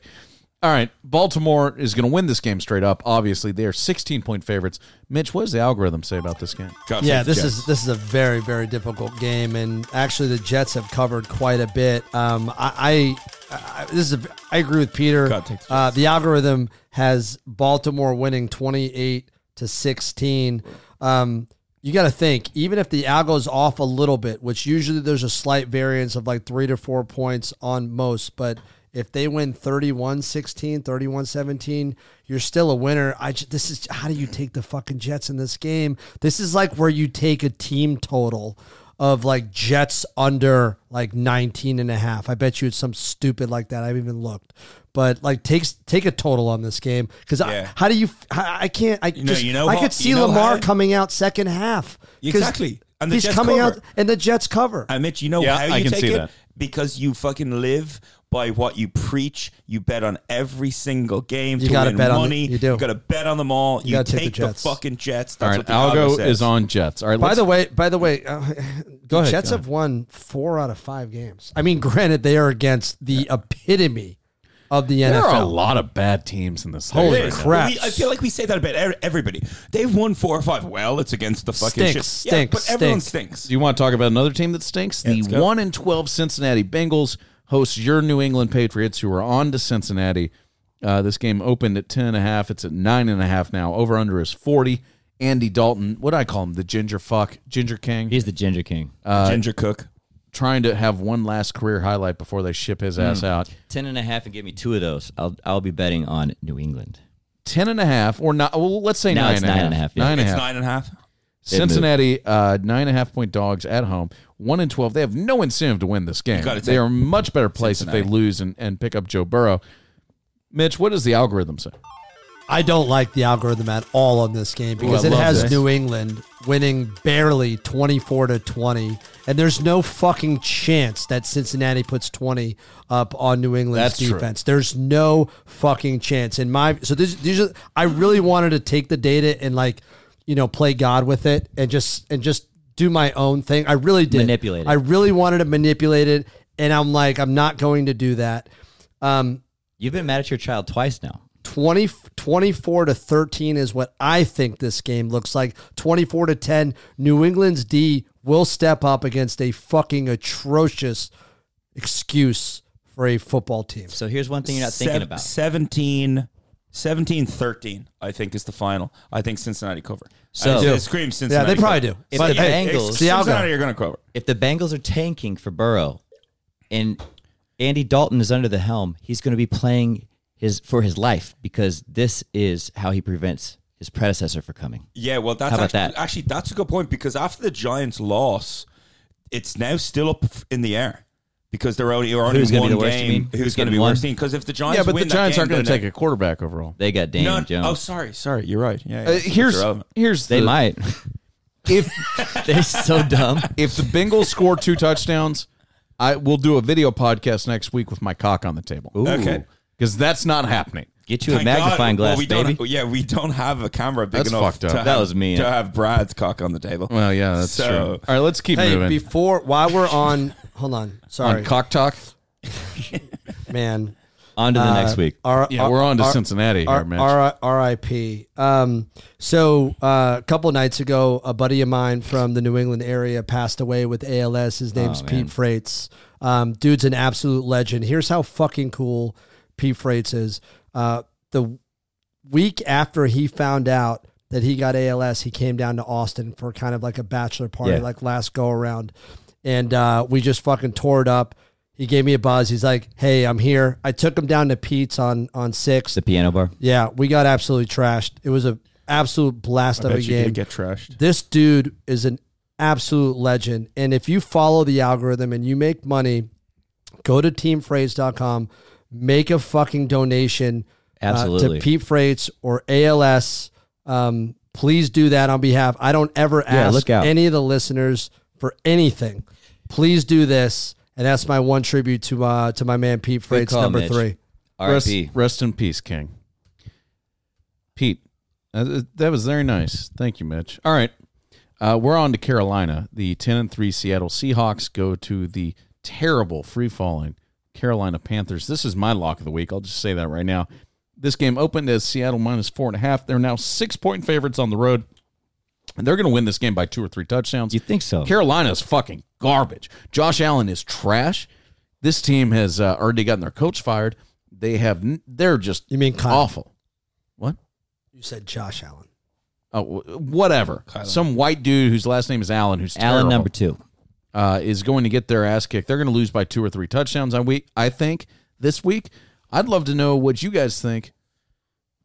Speaker 1: All right, Baltimore is going to win this game straight up. Obviously, they are 16 point favorites. Mitch, what does the algorithm say about this game?
Speaker 2: God,
Speaker 3: yeah,
Speaker 2: save
Speaker 3: this
Speaker 2: Jets.
Speaker 3: is this is a very very difficult game, and actually the Jets have covered quite a bit. Um, I, I, I this is a, I agree with Peter.
Speaker 2: God, take the
Speaker 3: uh, the algorithm has Baltimore winning twenty eight to sixteen. Um, you got to think, even if the algo's off a little bit, which usually there's a slight variance of like three to four points on most, but if they win 31-16, 31-17, you're still a winner. I ju- this is how do you take the fucking Jets in this game? This is like where you take a team total of like Jets under like 19 and a half. I bet you it's some stupid like that. I haven't even looked. But like takes take a total on this game cuz
Speaker 2: Yeah.
Speaker 3: how do you f- I, I can't I
Speaker 2: know-
Speaker 3: just
Speaker 2: you know
Speaker 3: I
Speaker 2: what-
Speaker 3: could see
Speaker 2: you know
Speaker 3: Lamar
Speaker 2: how-
Speaker 3: coming out second half. 'Cause
Speaker 2: Exactly. And the
Speaker 3: he's
Speaker 2: Jets
Speaker 3: coming
Speaker 2: cover.
Speaker 3: out and the Jets cover.
Speaker 2: I Uh, Mitch, you know
Speaker 1: Yeah,
Speaker 2: how you
Speaker 1: I can
Speaker 2: take
Speaker 1: see
Speaker 2: it
Speaker 1: that.
Speaker 2: because you fucking live by what you preach. You bet on every single game.
Speaker 3: You
Speaker 2: to
Speaker 3: gotta
Speaker 2: win
Speaker 3: bet on the-
Speaker 2: money.
Speaker 3: you do.
Speaker 2: got to bet on them all. You,
Speaker 3: gotta
Speaker 2: take,
Speaker 3: take the
Speaker 2: the,
Speaker 3: Jets.
Speaker 2: fucking Jets.
Speaker 1: All right,
Speaker 2: That's what the algo,
Speaker 1: algo
Speaker 2: says.
Speaker 1: is on Jets. All right,
Speaker 3: By
Speaker 1: let's-
Speaker 3: the way, by the way, uh, the
Speaker 1: ahead,
Speaker 3: Jets
Speaker 1: go
Speaker 3: have won four out of five games. I mean, granted, they are against the epitome of the
Speaker 1: there are a
Speaker 3: NFL.
Speaker 1: lot of bad teams in this.
Speaker 3: Holy
Speaker 1: league right now.
Speaker 3: crap.
Speaker 2: We- I feel like we say that about e- everybody. They've won four or five. Well, it's against the fucking shit.
Speaker 3: Stinks,
Speaker 2: yeah,
Speaker 3: stinks,
Speaker 2: but everyone
Speaker 3: stinks.
Speaker 2: stinks.
Speaker 1: Do you want to talk about another team that stinks? the one and twelve Cincinnati Bengals host your New England Patriots, who are on to Cincinnati. Uh, this game opened at ten and a half. It's at nine and a half now. Over under is forty. Andy Dalton, what do I call him, the ginger fuck, ginger king,
Speaker 4: He's the Ginger King.
Speaker 2: Ginger Cook.
Speaker 1: trying to have one last career highlight before they ship
Speaker 4: Hmm.
Speaker 1: his ass out.
Speaker 4: Ten and a half and give me two of those. I'll I'll be betting on New England.
Speaker 1: Ten and a half, or not? Well, let's say
Speaker 4: Now
Speaker 1: nine
Speaker 4: it's
Speaker 1: and a
Speaker 4: nine
Speaker 1: half.
Speaker 4: and a half, yeah.
Speaker 1: Nine and a
Speaker 2: It's
Speaker 1: half.
Speaker 2: nine and a half.
Speaker 1: Cincinnati, uh, nine and a half point dogs at home, one and twelve. They have no incentive to win this game.
Speaker 2: gotta
Speaker 1: They
Speaker 2: take
Speaker 1: are much better placed if they lose and, and pick up Joe Burrow. Mitch, what does the algorithm say?
Speaker 3: I don't like the algorithm at all on this game because
Speaker 1: I
Speaker 3: it
Speaker 1: love
Speaker 3: has
Speaker 1: this.
Speaker 3: New England winning barely 24 to 20 and there's no fucking chance that Cincinnati puts 20 up on New England's
Speaker 1: That's true.
Speaker 3: defense. There's no fucking chance in my so this, these are I really wanted to take the data and like you know play god with it and just and just do my own thing. I really did.
Speaker 4: Manipulate it.
Speaker 3: I really wanted to manipulate it and I'm like I'm not going to do that. Um
Speaker 4: You've been mad at your child twice now.
Speaker 3: 20, 24 to 13 is what I think this game looks like. 24 to 10. New England's D will step up against a fucking atrocious excuse for a football team.
Speaker 4: So here's one thing you're not thinking
Speaker 2: Sev-
Speaker 4: about.
Speaker 2: 17, 17 13, I think is the final. I think Cincinnati cover.
Speaker 4: So-
Speaker 2: I
Speaker 4: They do.
Speaker 2: scream
Speaker 3: yeah,
Speaker 2: Cincinnati.
Speaker 3: they probably do.
Speaker 2: cover.
Speaker 4: If
Speaker 3: But
Speaker 4: the
Speaker 3: hey,
Speaker 4: Bengals-
Speaker 3: it's
Speaker 4: It's
Speaker 3: the
Speaker 2: Cincinnati
Speaker 3: algo.
Speaker 2: are going to cover.
Speaker 4: if the Bengals are tanking for Burrow and Andy Dalton is under the helm, he's going to be playing his for his life because this is how he prevents his predecessor for coming.
Speaker 2: Yeah, well, that's
Speaker 4: How about
Speaker 2: actually,
Speaker 4: that?
Speaker 2: actually that's a good point because after the Giants' loss, it's now still up in the air because they're only, are only
Speaker 4: Who's gonna
Speaker 2: one
Speaker 4: be the worst, you
Speaker 2: game.
Speaker 4: mean?
Speaker 2: Who's
Speaker 4: Who's
Speaker 2: going to
Speaker 4: getting
Speaker 2: be
Speaker 4: one?
Speaker 2: worst team? Because if the Giants,
Speaker 1: yeah, but the
Speaker 2: win that
Speaker 1: Giants
Speaker 2: game,
Speaker 1: aren't going to
Speaker 2: then
Speaker 1: take a quarterback overall.
Speaker 4: They got
Speaker 2: they- No,
Speaker 4: Dan Jones.
Speaker 2: Oh, sorry, sorry, you're right. Yeah, yeah,
Speaker 1: Uh,
Speaker 2: that's
Speaker 1: here's
Speaker 2: irrelevant.
Speaker 1: here's
Speaker 4: they
Speaker 1: the,
Speaker 4: might.
Speaker 1: if
Speaker 4: They're so dumb.
Speaker 1: if the Bengals score two touchdowns, I will do a video podcast next week with my cock on the table
Speaker 4: Ooh,
Speaker 2: Okay.
Speaker 1: because that's not happening.
Speaker 4: Get you a
Speaker 2: Thank
Speaker 4: magnifying
Speaker 2: God. Well,
Speaker 4: glass,
Speaker 2: we don't-
Speaker 4: baby.
Speaker 2: yeah, we don't have a camera big
Speaker 1: That's
Speaker 2: enough.
Speaker 1: fucked up.
Speaker 2: To
Speaker 1: That
Speaker 2: have-
Speaker 4: was mean. Mm.
Speaker 2: to have Brad's cock on the table.
Speaker 1: Well, yeah, that's
Speaker 2: So-
Speaker 1: true. All right, let's keep
Speaker 3: Hey,
Speaker 1: moving.
Speaker 3: before, while we're on, hold on. Sorry,
Speaker 1: on cock talk.
Speaker 3: man.
Speaker 4: On to the next
Speaker 3: Uh,
Speaker 4: week.
Speaker 3: our-
Speaker 1: Yeah,
Speaker 3: our-
Speaker 1: we're on to
Speaker 3: our-
Speaker 1: Cincinnati here,
Speaker 3: R-
Speaker 1: Mitch.
Speaker 3: R- R.I.P. Um, so uh, a couple nights ago, a buddy of mine from the New England area passed away with ALS. His
Speaker 1: Oh,
Speaker 3: name's Pete Freites. Um, dude's an absolute legend. Here's how fucking cool Pete Freites is. Uh, the week after he found out that he got ALS, he came down to Austin for kind of like a bachelor party,
Speaker 4: Yeah.
Speaker 3: like last go around, and uh, we just fucking tore it up. He He gave me a buzz. He's like, "Hey, I'm here." I took him down to Pete's on on six.
Speaker 4: The piano bar.
Speaker 3: Yeah, we got absolutely trashed. It was a absolute blast of a
Speaker 2: bet you
Speaker 3: game.
Speaker 2: did get trashed.
Speaker 3: This dude is an absolute legend. And if you follow the algorithm and you make money, go to teamfrays.com, make a fucking donation uh,
Speaker 4: Absolutely.
Speaker 3: to Pete Freights or ALS. Um, please do that on behalf. I don't ever
Speaker 4: Yeah,
Speaker 3: ask
Speaker 4: look out.
Speaker 3: any of the listeners for anything. Please do this. And that's my one tribute to uh, to my man Pete Freights,
Speaker 4: call,
Speaker 3: number
Speaker 4: Mitch.
Speaker 3: three.
Speaker 1: Rest,
Speaker 4: RIP.
Speaker 1: rest in peace, King. Pete, uh, that was very nice. Thank you, Mitch. All right, uh, we're on to Carolina. The ten and three Seattle Seahawks go to the terrible, free falling Carolina Panthers. This is my lock of the week. I'll just say that right now. This game opened as Seattle minus four and a half. They're now six point favorites on the road, and they're going to win this game by two or three touchdowns.
Speaker 4: You think so?
Speaker 1: Carolina is fucking garbage. Josh Allen is trash. This team has uh, already gotten their coach fired. They have. n- They're just
Speaker 3: You mean Kyle?
Speaker 1: awful. What?
Speaker 3: You said Josh Allen.
Speaker 1: Oh, wh- whatever. Some white dude whose last name is Allen, who's
Speaker 4: Allen
Speaker 1: terrible,
Speaker 4: number two.
Speaker 1: uh, is going to get their ass kicked. They're going to lose by two or three touchdowns. I week. I think this week. I'd love to know what you guys think.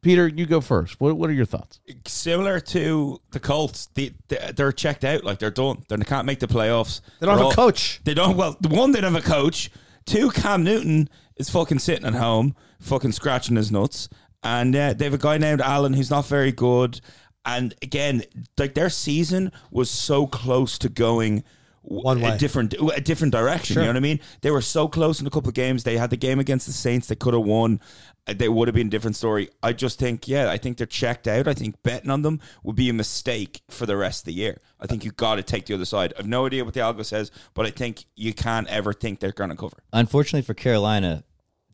Speaker 1: Peter, you go first. What What are your thoughts?
Speaker 2: Similar to the Colts, they, they, they're checked out. Like they're done. They can't make the playoffs.
Speaker 3: They don't
Speaker 2: They're
Speaker 3: have a coach.
Speaker 2: They don't. Well, one, they don't have a coach. Two, Cam Newton is fucking sitting at home, fucking scratching his nuts. And uh, they have a guy named Allen who's not very good. And again, like their season was so close to going w-
Speaker 3: One way.
Speaker 2: A different, a different direction. You know what I mean? They were so close in a couple of games. They had the game against the Saints. They could have won. Uh, They would have been a different story. I just think, yeah, I think they're checked out. I think betting on them would be a mistake for the rest of the year. I think you got to take the other side. I've no idea what the algo says, but I think you can't ever think they're going to cover.
Speaker 4: Unfortunately for Carolina,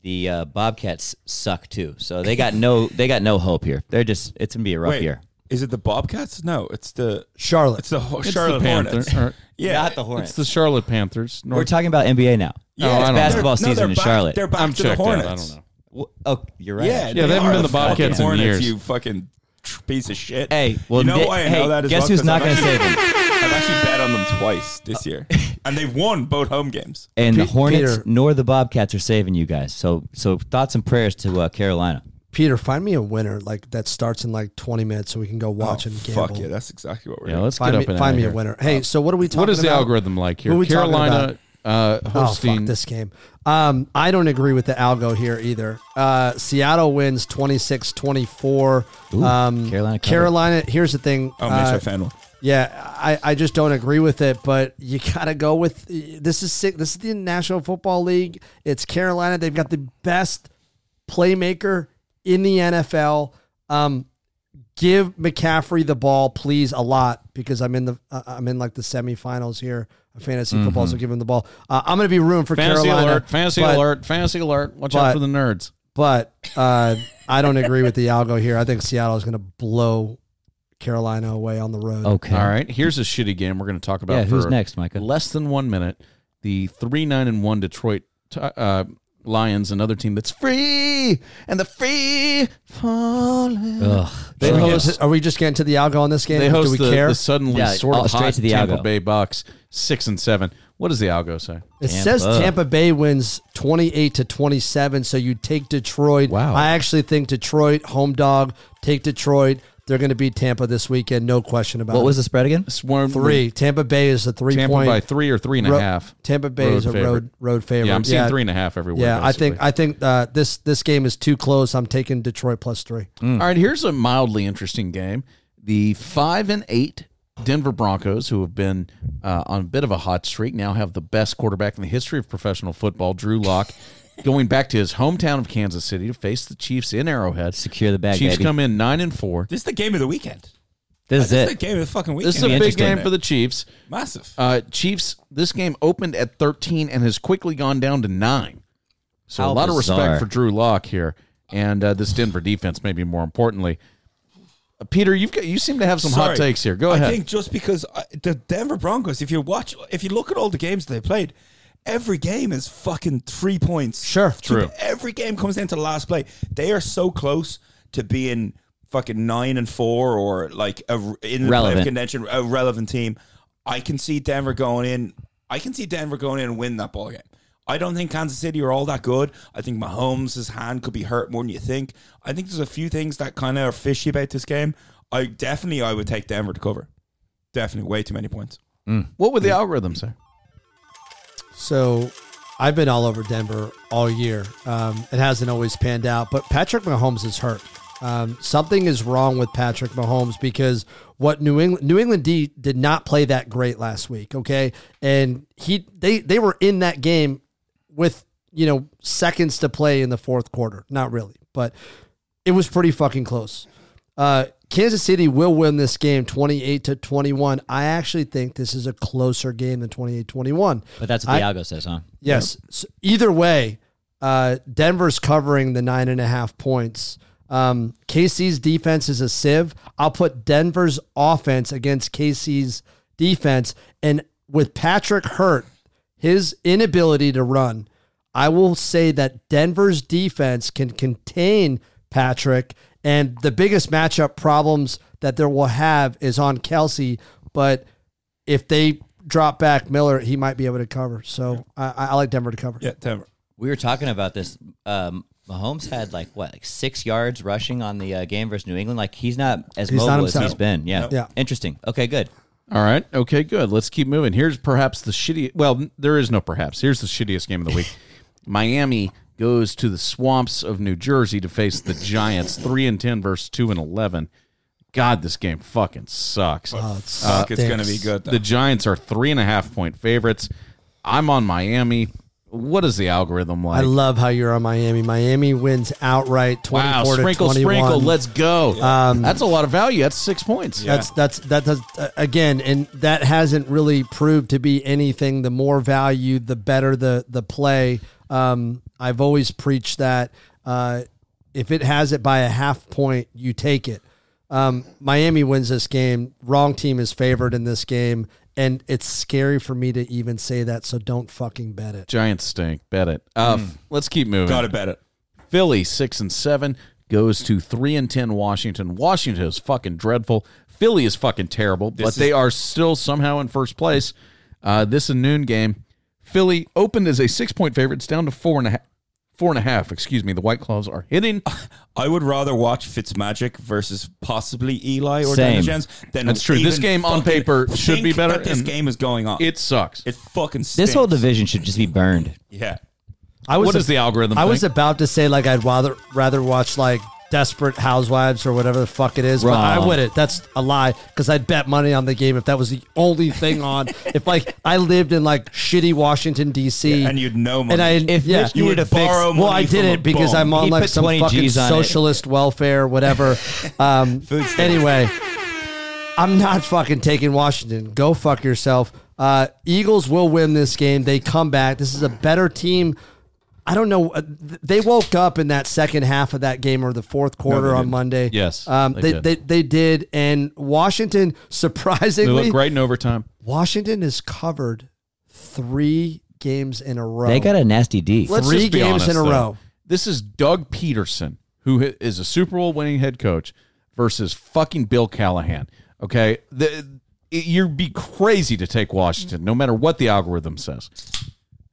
Speaker 4: the uh, Bobcats suck too. So they got no they got no hope here. They're just it's gonna be a rough year.
Speaker 2: is it the Bobcats? No, it's the
Speaker 3: Charlotte.
Speaker 2: it's the Ho-
Speaker 1: It's
Speaker 2: Charlotte
Speaker 1: the
Speaker 2: Hornets.
Speaker 1: Panthers. or-
Speaker 2: Yeah,
Speaker 4: Not the
Speaker 1: It's
Speaker 4: Hornets.
Speaker 1: the Charlotte Panthers.
Speaker 4: We're
Speaker 1: North,
Speaker 4: talking about NBA now.
Speaker 1: Oh, I
Speaker 4: it's
Speaker 1: don't know.
Speaker 4: basketball
Speaker 2: No, they're
Speaker 4: season in
Speaker 2: back-
Speaker 4: Charlotte.
Speaker 2: They're back
Speaker 1: I'm
Speaker 2: to the
Speaker 1: checked out.
Speaker 2: Hornets.
Speaker 1: I don't know.
Speaker 4: Wh- Oh, you're right.
Speaker 2: Yeah,
Speaker 1: they haven't
Speaker 2: are
Speaker 1: been the
Speaker 2: fucking
Speaker 1: Bobcats in
Speaker 2: Hornets,
Speaker 1: years.
Speaker 2: You fucking tr- piece of shit.
Speaker 4: Hey, well,
Speaker 2: you know
Speaker 4: they-
Speaker 2: why I
Speaker 4: hey,
Speaker 2: know that is
Speaker 4: guess
Speaker 2: well,
Speaker 4: who's
Speaker 2: 'Cause
Speaker 4: not
Speaker 2: I've
Speaker 4: gonna
Speaker 2: actually-
Speaker 4: save them?
Speaker 2: I've actually bet on them twice this year,
Speaker 1: Uh,
Speaker 2: and they've won both home games.
Speaker 4: And the
Speaker 3: Pe-
Speaker 4: Hornets
Speaker 3: Peter-
Speaker 4: nor the Bobcats are saving you guys. So so thoughts and prayers to uh, Carolina.
Speaker 3: Peter, find me a winner like that starts in like 20 minutes so we can go watch and gamble.
Speaker 2: Oh, Fuck yeah, that's exactly what we're
Speaker 1: yeah,
Speaker 2: doing.
Speaker 1: let's
Speaker 3: Find
Speaker 1: Oh, get up
Speaker 3: me,
Speaker 1: and
Speaker 3: find
Speaker 1: out
Speaker 3: me
Speaker 1: of here.
Speaker 3: a
Speaker 1: Uh,
Speaker 3: winner. Hey, so what are we talking
Speaker 1: What is the
Speaker 3: about?
Speaker 1: algorithm like
Speaker 3: What
Speaker 1: here?
Speaker 3: are we talking
Speaker 1: Carolina uh,
Speaker 3: Oh,
Speaker 1: hosting.
Speaker 3: fuck this game. Um, I don't agree with the algo here either. Uh, Seattle wins 26 24.
Speaker 4: Ooh,
Speaker 3: Um,
Speaker 4: Carolina covered.
Speaker 3: Carolina, here's the thing.
Speaker 2: Oh,
Speaker 3: uh,
Speaker 2: Mitch, I found one.
Speaker 3: yeah, I, I just don't agree with it, but you got to go with this is sick. This is the National Football League. It's Carolina. They've got the best playmaker in the NFL. Um, give McCaffrey the ball, please, a lot because I'm in the uh, I'm in like the semifinals here. of Fantasy football, so give him the ball. Uh, I'm going to be room for
Speaker 1: Mm-hmm. Fantasy
Speaker 3: Carolina.
Speaker 1: alert! Fantasy
Speaker 3: but,
Speaker 1: alert! Fantasy alert! Watch
Speaker 3: but-
Speaker 1: out for the nerds.
Speaker 3: but uh, I don't agree with the algo here. I think Seattle is going to blow Carolina away on the road.
Speaker 4: Okay.
Speaker 1: All right, here's a shitty game we're going to talk about.
Speaker 4: Yeah,
Speaker 1: for
Speaker 4: who's next, Micah?
Speaker 1: Less than one minute. The three nine and one Detroit uh, Lions, another team that's free and the free falling.
Speaker 4: Ugh.
Speaker 1: They
Speaker 3: Are we,
Speaker 1: host-
Speaker 3: getting to- are we just getting to the algo on this game?
Speaker 1: They
Speaker 3: Uh, Do
Speaker 1: host
Speaker 3: we
Speaker 1: the,
Speaker 3: care?
Speaker 1: the suddenly
Speaker 4: Yeah,
Speaker 1: sort
Speaker 4: oh,
Speaker 1: of
Speaker 4: straight
Speaker 1: hot
Speaker 4: to the
Speaker 1: Tampa
Speaker 4: algo.
Speaker 1: Bay Bucks six and seven. What does the algo say?
Speaker 3: it
Speaker 4: Tampa.
Speaker 3: says Tampa Bay wins 28 to 27, so you take Detroit.
Speaker 1: Wow.
Speaker 3: I actually think Detroit, home dog, take Detroit. They're going to beat Tampa this weekend, no question about it.
Speaker 4: What was the spread again?
Speaker 1: It's one-
Speaker 3: three? Tampa Bay is a three
Speaker 1: Tampa
Speaker 3: point.
Speaker 1: by three or three and a
Speaker 3: ro-
Speaker 1: half.
Speaker 3: Tampa Bay is a
Speaker 1: favorite.
Speaker 3: road road favorite.
Speaker 1: Yeah, I'm seeing three and a half everywhere.
Speaker 3: Yeah, I think
Speaker 1: basically.
Speaker 3: I think uh, this this game is too close. I'm taking Detroit plus three.
Speaker 1: All right, here's a mildly interesting game. The five and eight Denver Broncos, who have been uh, on a bit of a hot streak, now have the best quarterback in the history of professional football, Drew Lock, going back to his hometown of Kansas City to face the Chiefs in Arrowhead.
Speaker 4: Secure the bag,
Speaker 1: Chiefs
Speaker 4: baby.
Speaker 1: come in nine and four.
Speaker 2: This is the game of the weekend.
Speaker 4: This is
Speaker 2: This is the
Speaker 4: it.
Speaker 2: game of the fucking weekend.
Speaker 1: This is a big
Speaker 4: interesting.
Speaker 1: game for the Chiefs.
Speaker 2: massive.
Speaker 1: Uh, Chiefs. This game opened at thirteen and has quickly gone down to nine. So
Speaker 4: How
Speaker 1: a lot of
Speaker 4: bizarre.
Speaker 1: respect for Drew Lock here, and uh, this Denver defense. Maybe more importantly, Uh, Peter, you've got, you seem to have some hot
Speaker 2: Sorry.
Speaker 1: takes here. Go
Speaker 2: I
Speaker 1: ahead.
Speaker 2: think just because I, the Denver Broncos, if you watch, if you look at all the games they played, every game is fucking three points.
Speaker 3: Sure.
Speaker 1: True.
Speaker 2: Every game comes down to the last play. They are so close to being fucking nine and four or like a, in the
Speaker 4: Relevant.
Speaker 2: playoff contention, a relevant team. I can see Denver going in. I can see Denver going in and win that ball game. I don't think Kansas City are all that good. I think Mahomes' hand could be hurt more than you think. I think there's a few things that kind of are fishy about this game. I definitely I would take Denver to cover. Definitely, way too many points.
Speaker 1: What would the algorithm say?
Speaker 3: So I've been all over Denver all year. Um, it hasn't always panned out, but Patrick Mahomes is hurt. Um, something is wrong with Patrick Mahomes because what New England New England D did not play that great last week. Okay, and he they they were in that game with you know seconds to play in the fourth quarter. Not really, but it was pretty fucking close. Uh, Kansas City will win this game 28 to 21. I actually think this is a closer game than 28 21.
Speaker 4: But that's what the algo says, huh?
Speaker 3: Yes. So either way, uh, Denver's covering the nine and a half points. Um, KC's defense is a sieve. I'll put Denver's offense against KC's defense. And with Patrick Hurt, his inability to run, I will say that Denver's defense can contain Patrick. And the biggest matchup problems that there will have is on Kelsey. But if they drop back Miller, he might be able to cover. So I, I like Denver to cover.
Speaker 2: Yeah, Denver.
Speaker 4: We were talking about this. Um, Mahomes had like what, like six yards rushing on the uh, game versus New England. Like he's not as
Speaker 3: He's not
Speaker 4: mobile as
Speaker 3: himself.
Speaker 4: he's been. Yeah.
Speaker 3: Yeah.
Speaker 4: Interesting. Okay. Good.
Speaker 1: All right. Okay, good. Let's keep moving. Here's perhaps the shitty well, there is no perhaps. Here's the shittiest game of the week. Miami goes to the swamps of New Jersey to face the Giants, 3 and 10 versus 2 and 11. God, this game fucking sucks.
Speaker 3: it's,
Speaker 2: Fuck, it's going to be good. Though.
Speaker 1: The Giants are three and a half point favorites. I'm on Miami. What is the algorithm
Speaker 3: I
Speaker 1: like?
Speaker 3: love how you're on Miami. Miami wins outright, twenty-four
Speaker 1: wow,
Speaker 3: to
Speaker 1: sprinkle,
Speaker 3: twenty-one. Um,
Speaker 1: sprinkle. Let's go. that's a lot of value. That's six points.
Speaker 3: That's that's that does uh, again, and that hasn't really proved to be anything. The more value, the better the the play. Um, I've always preached that uh, if it has it by a half point, you take it. Um, Miami wins this game. Wrong team is favored in this game, and it's scary for me to even say that. So don't fucking bet it.
Speaker 1: Giants stink. Bet it. Uh, f- Let's keep moving.
Speaker 2: Got to bet it.
Speaker 1: Philly six and seven goes to three and ten. Washington. Washington is fucking dreadful. Philly is fucking terrible, but
Speaker 2: is-
Speaker 1: they are still somehow in first place. Uh, this a noon game. Philly opened as a six point favorite. It's down to four and a half. Four and a half. Excuse me. The White Claws are hitting.
Speaker 2: I would rather watch Fitzmagic versus possibly Eli or
Speaker 4: Same.
Speaker 2: Daniel Jones than
Speaker 1: That's true. This
Speaker 2: even
Speaker 1: game on
Speaker 2: fucking
Speaker 1: paper should
Speaker 2: think
Speaker 1: be better,
Speaker 2: That this
Speaker 1: and-
Speaker 2: game is going on.
Speaker 1: It sucks.
Speaker 2: it fucking stinks.
Speaker 4: This whole division should just be burned.
Speaker 2: Yeah.
Speaker 3: I was
Speaker 1: What does the algorithm?
Speaker 3: I was
Speaker 1: think?
Speaker 3: about to say like I'd rather rather watch like Desperate Housewives or whatever the fuck it is, but I
Speaker 4: Wrong.
Speaker 3: wouldn't. That's a lie because I'd bet money on the game if that was the only thing on. if like I lived in like shitty Washington D.C.
Speaker 2: Yeah, and you'd know money.
Speaker 3: and I
Speaker 4: If
Speaker 3: yeah,
Speaker 4: Mitch- You were to fix-
Speaker 2: borrow
Speaker 3: well, I
Speaker 2: money from a
Speaker 3: didn't because
Speaker 2: bum.
Speaker 3: I'm
Speaker 4: He
Speaker 3: on like
Speaker 4: put
Speaker 3: some
Speaker 4: 20
Speaker 3: fucking
Speaker 4: Gs on it.
Speaker 3: socialist welfare, whatever. Um, anyway, I'm not fucking taking Washington. Go fuck yourself. Uh, Eagles will win this game. They come back. This is a better team. I don't know. Uh, th- They woke up in that second half of that game or the fourth quarter on Monday.
Speaker 1: Yes,
Speaker 3: um,
Speaker 1: they
Speaker 3: they, they,
Speaker 1: did.
Speaker 3: they did. And Washington,
Speaker 1: They
Speaker 3: surprisingly,
Speaker 1: look great in overtime.
Speaker 3: Washington is covered three games in a row.
Speaker 4: They got a nasty D.
Speaker 3: Let's
Speaker 1: Let's
Speaker 3: three
Speaker 1: just be
Speaker 3: games
Speaker 1: honest,
Speaker 3: in a
Speaker 1: though.
Speaker 3: row.
Speaker 1: This is Doug Peterson, who hi- is a Super Bowl winning head coach, versus fucking Bill Callahan. Okay, the, it- you'd be crazy to take Washington, no matter what the algorithm says.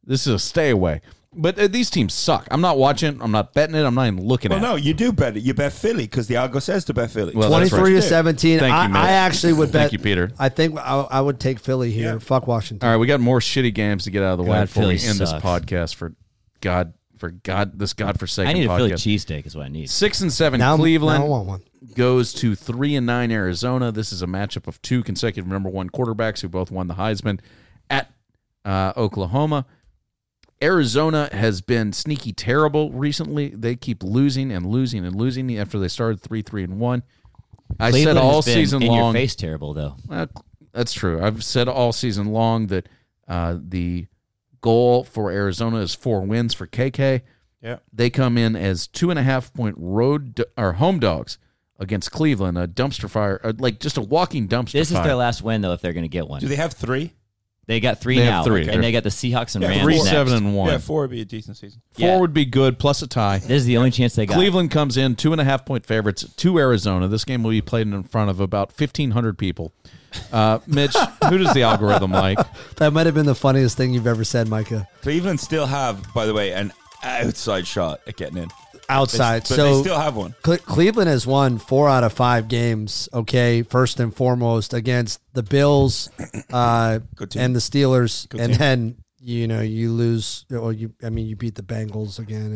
Speaker 1: This is a stay away. But uh, these teams suck. I'm not watching. I'm not betting it. I'm not even looking
Speaker 2: Well,
Speaker 1: at.
Speaker 2: no, you do bet it. You bet Philly because the algo says to bet Philly.
Speaker 1: Well, that's
Speaker 3: 23
Speaker 1: right.
Speaker 3: to 17.
Speaker 1: Thank you,
Speaker 3: I,
Speaker 1: Mitch.
Speaker 3: I actually would bet.
Speaker 1: Thank you, Peter.
Speaker 3: I think I, I would take Philly here. Fuck
Speaker 1: it. All
Speaker 3: Washington.
Speaker 1: right, we got more shitty games to get out of the way
Speaker 4: God,
Speaker 1: before we
Speaker 4: Philly
Speaker 1: end this
Speaker 4: sucks.
Speaker 1: podcast. For God, for God, this godforsaken
Speaker 4: I need a Philly
Speaker 1: podcast.
Speaker 4: cheesesteak is what I need.
Speaker 1: Six and seven,
Speaker 3: Now,
Speaker 1: Cleveland.
Speaker 3: now I want one.
Speaker 1: goes to three and nine Arizona. This is a matchup of two consecutive number one quarterbacks who both won the Heisman at uh, Oklahoma. Arizona has been sneaky terrible recently. They keep losing and losing and losing after they started three three and one. I
Speaker 4: Cleveland
Speaker 1: said all
Speaker 4: has been
Speaker 1: season
Speaker 4: in
Speaker 1: long.
Speaker 4: Your face terrible though.
Speaker 1: Uh, that's true. I've said all season long that uh, the goal for Arizona is four wins for KK.
Speaker 2: Yeah.
Speaker 1: They come in as two and a half point road do- or home dogs against Cleveland, a dumpster fire, uh, like just a walking dumpster
Speaker 4: This is
Speaker 1: fire.
Speaker 4: their last win though. If they're going to get one,
Speaker 2: do
Speaker 4: they,
Speaker 2: they have three?
Speaker 4: got three
Speaker 1: They have
Speaker 4: now,
Speaker 1: three.
Speaker 4: and they got the Seahawks and
Speaker 2: Yeah,
Speaker 4: Rams.
Speaker 1: three,
Speaker 4: next.
Speaker 1: seven, and one.
Speaker 2: Yeah, four would be a decent season.
Speaker 1: Four
Speaker 4: yeah.
Speaker 1: would be good plus a tie.
Speaker 4: This is the only chance they got.
Speaker 1: Cleveland comes in two and a half point favorites to Arizona. This game will be played in front of about fifteen hundred people. Uh, Mitch, who does the algorithm like?
Speaker 3: That might have been the funniest thing you've ever said, Micah.
Speaker 2: Cleveland still have, by the way, an outside shot at getting in. They-
Speaker 3: Outside,
Speaker 2: but
Speaker 3: so
Speaker 2: they still have one.
Speaker 3: Cle- Cleveland has won four out of five games. Okay, first and foremost against the Bills uh,
Speaker 2: Good team.
Speaker 3: and the Steelers,
Speaker 2: Good
Speaker 3: and
Speaker 2: team.
Speaker 3: then you know you lose, or you I mean you beat the Bengals again,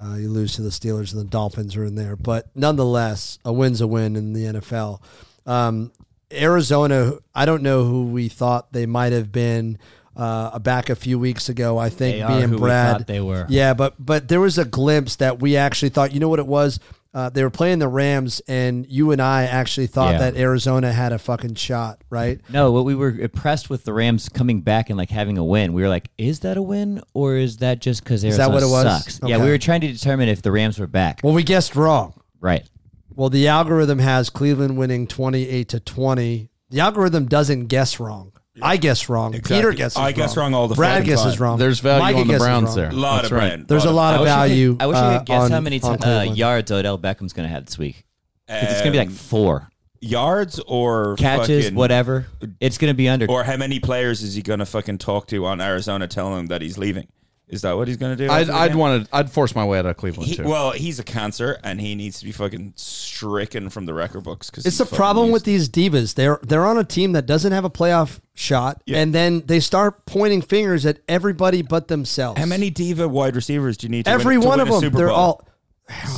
Speaker 3: and uh, you lose to the Steelers and the Dolphins are in there. But nonetheless, a win's a win in the NFL. Um, Arizona, I don't know who we thought they might have been uh, back a few weeks ago. I think
Speaker 4: They
Speaker 3: me
Speaker 4: are
Speaker 3: and
Speaker 4: who we
Speaker 3: Brad
Speaker 4: thought they were.
Speaker 3: yeah, but but there was a glimpse that we actually thought. You know what it was? Uh, they were playing the Rams, and you and I actually thought
Speaker 4: Yeah.
Speaker 3: that Arizona had a fucking shot, right?
Speaker 4: No, what we were impressed with the Rams coming back and like having a win. We were like, is that a win or is that just because Arizona
Speaker 3: that what it was?
Speaker 4: sucks? Yeah,
Speaker 3: Okay.
Speaker 4: we were trying to determine if the Rams were back.
Speaker 3: Well, we guessed wrong.
Speaker 4: right.
Speaker 3: Well, the algorithm has Cleveland winning twenty eight to twenty. The algorithm doesn't guess wrong. I guess wrong.
Speaker 2: Exactly.
Speaker 3: Peter guesses
Speaker 2: I
Speaker 3: wrong.
Speaker 2: guess wrong all the
Speaker 3: Brad
Speaker 2: fucking
Speaker 3: guesses
Speaker 2: time.
Speaker 3: wrong.
Speaker 1: There's value
Speaker 3: Micah
Speaker 1: on the
Speaker 3: guesses
Speaker 1: Browns
Speaker 3: wrong.
Speaker 1: there.
Speaker 2: A lot
Speaker 1: That's
Speaker 2: of
Speaker 1: right.
Speaker 2: brand.
Speaker 3: There's a lot
Speaker 4: I
Speaker 3: of
Speaker 4: wish I could-
Speaker 3: value.
Speaker 4: I wish I
Speaker 3: uh,
Speaker 4: could guess
Speaker 3: on-
Speaker 4: how many
Speaker 3: on
Speaker 4: t- uh,
Speaker 3: Cleveland.
Speaker 4: yards Odell Beckham's going to have this week. 'Cause it's going to be like
Speaker 2: Um,
Speaker 4: four
Speaker 2: yards or
Speaker 4: catches,
Speaker 2: fucking-
Speaker 4: whatever. It's going to be under.
Speaker 2: Or how many players is he going to fucking talk to on Arizona telling him that he's leaving? Is that what he's going to do?
Speaker 1: I'd,
Speaker 2: after the
Speaker 1: I'd
Speaker 2: game?
Speaker 1: want to. I'd force my way out of Cleveland
Speaker 2: He-
Speaker 1: too.
Speaker 2: well, he's a cancer and he needs to be fucking stricken from the record books. Cause
Speaker 3: It's the problem with
Speaker 2: the
Speaker 3: these divas. They're they're on a team that doesn't have a playoff shot,
Speaker 2: Yeah.
Speaker 3: and then they start pointing fingers at everybody but themselves.
Speaker 2: How many diva wide receivers do you need to
Speaker 3: Every
Speaker 2: win, to
Speaker 3: one
Speaker 2: win
Speaker 3: of
Speaker 2: a
Speaker 3: them.
Speaker 2: Super
Speaker 3: They're
Speaker 2: Bowl?
Speaker 3: all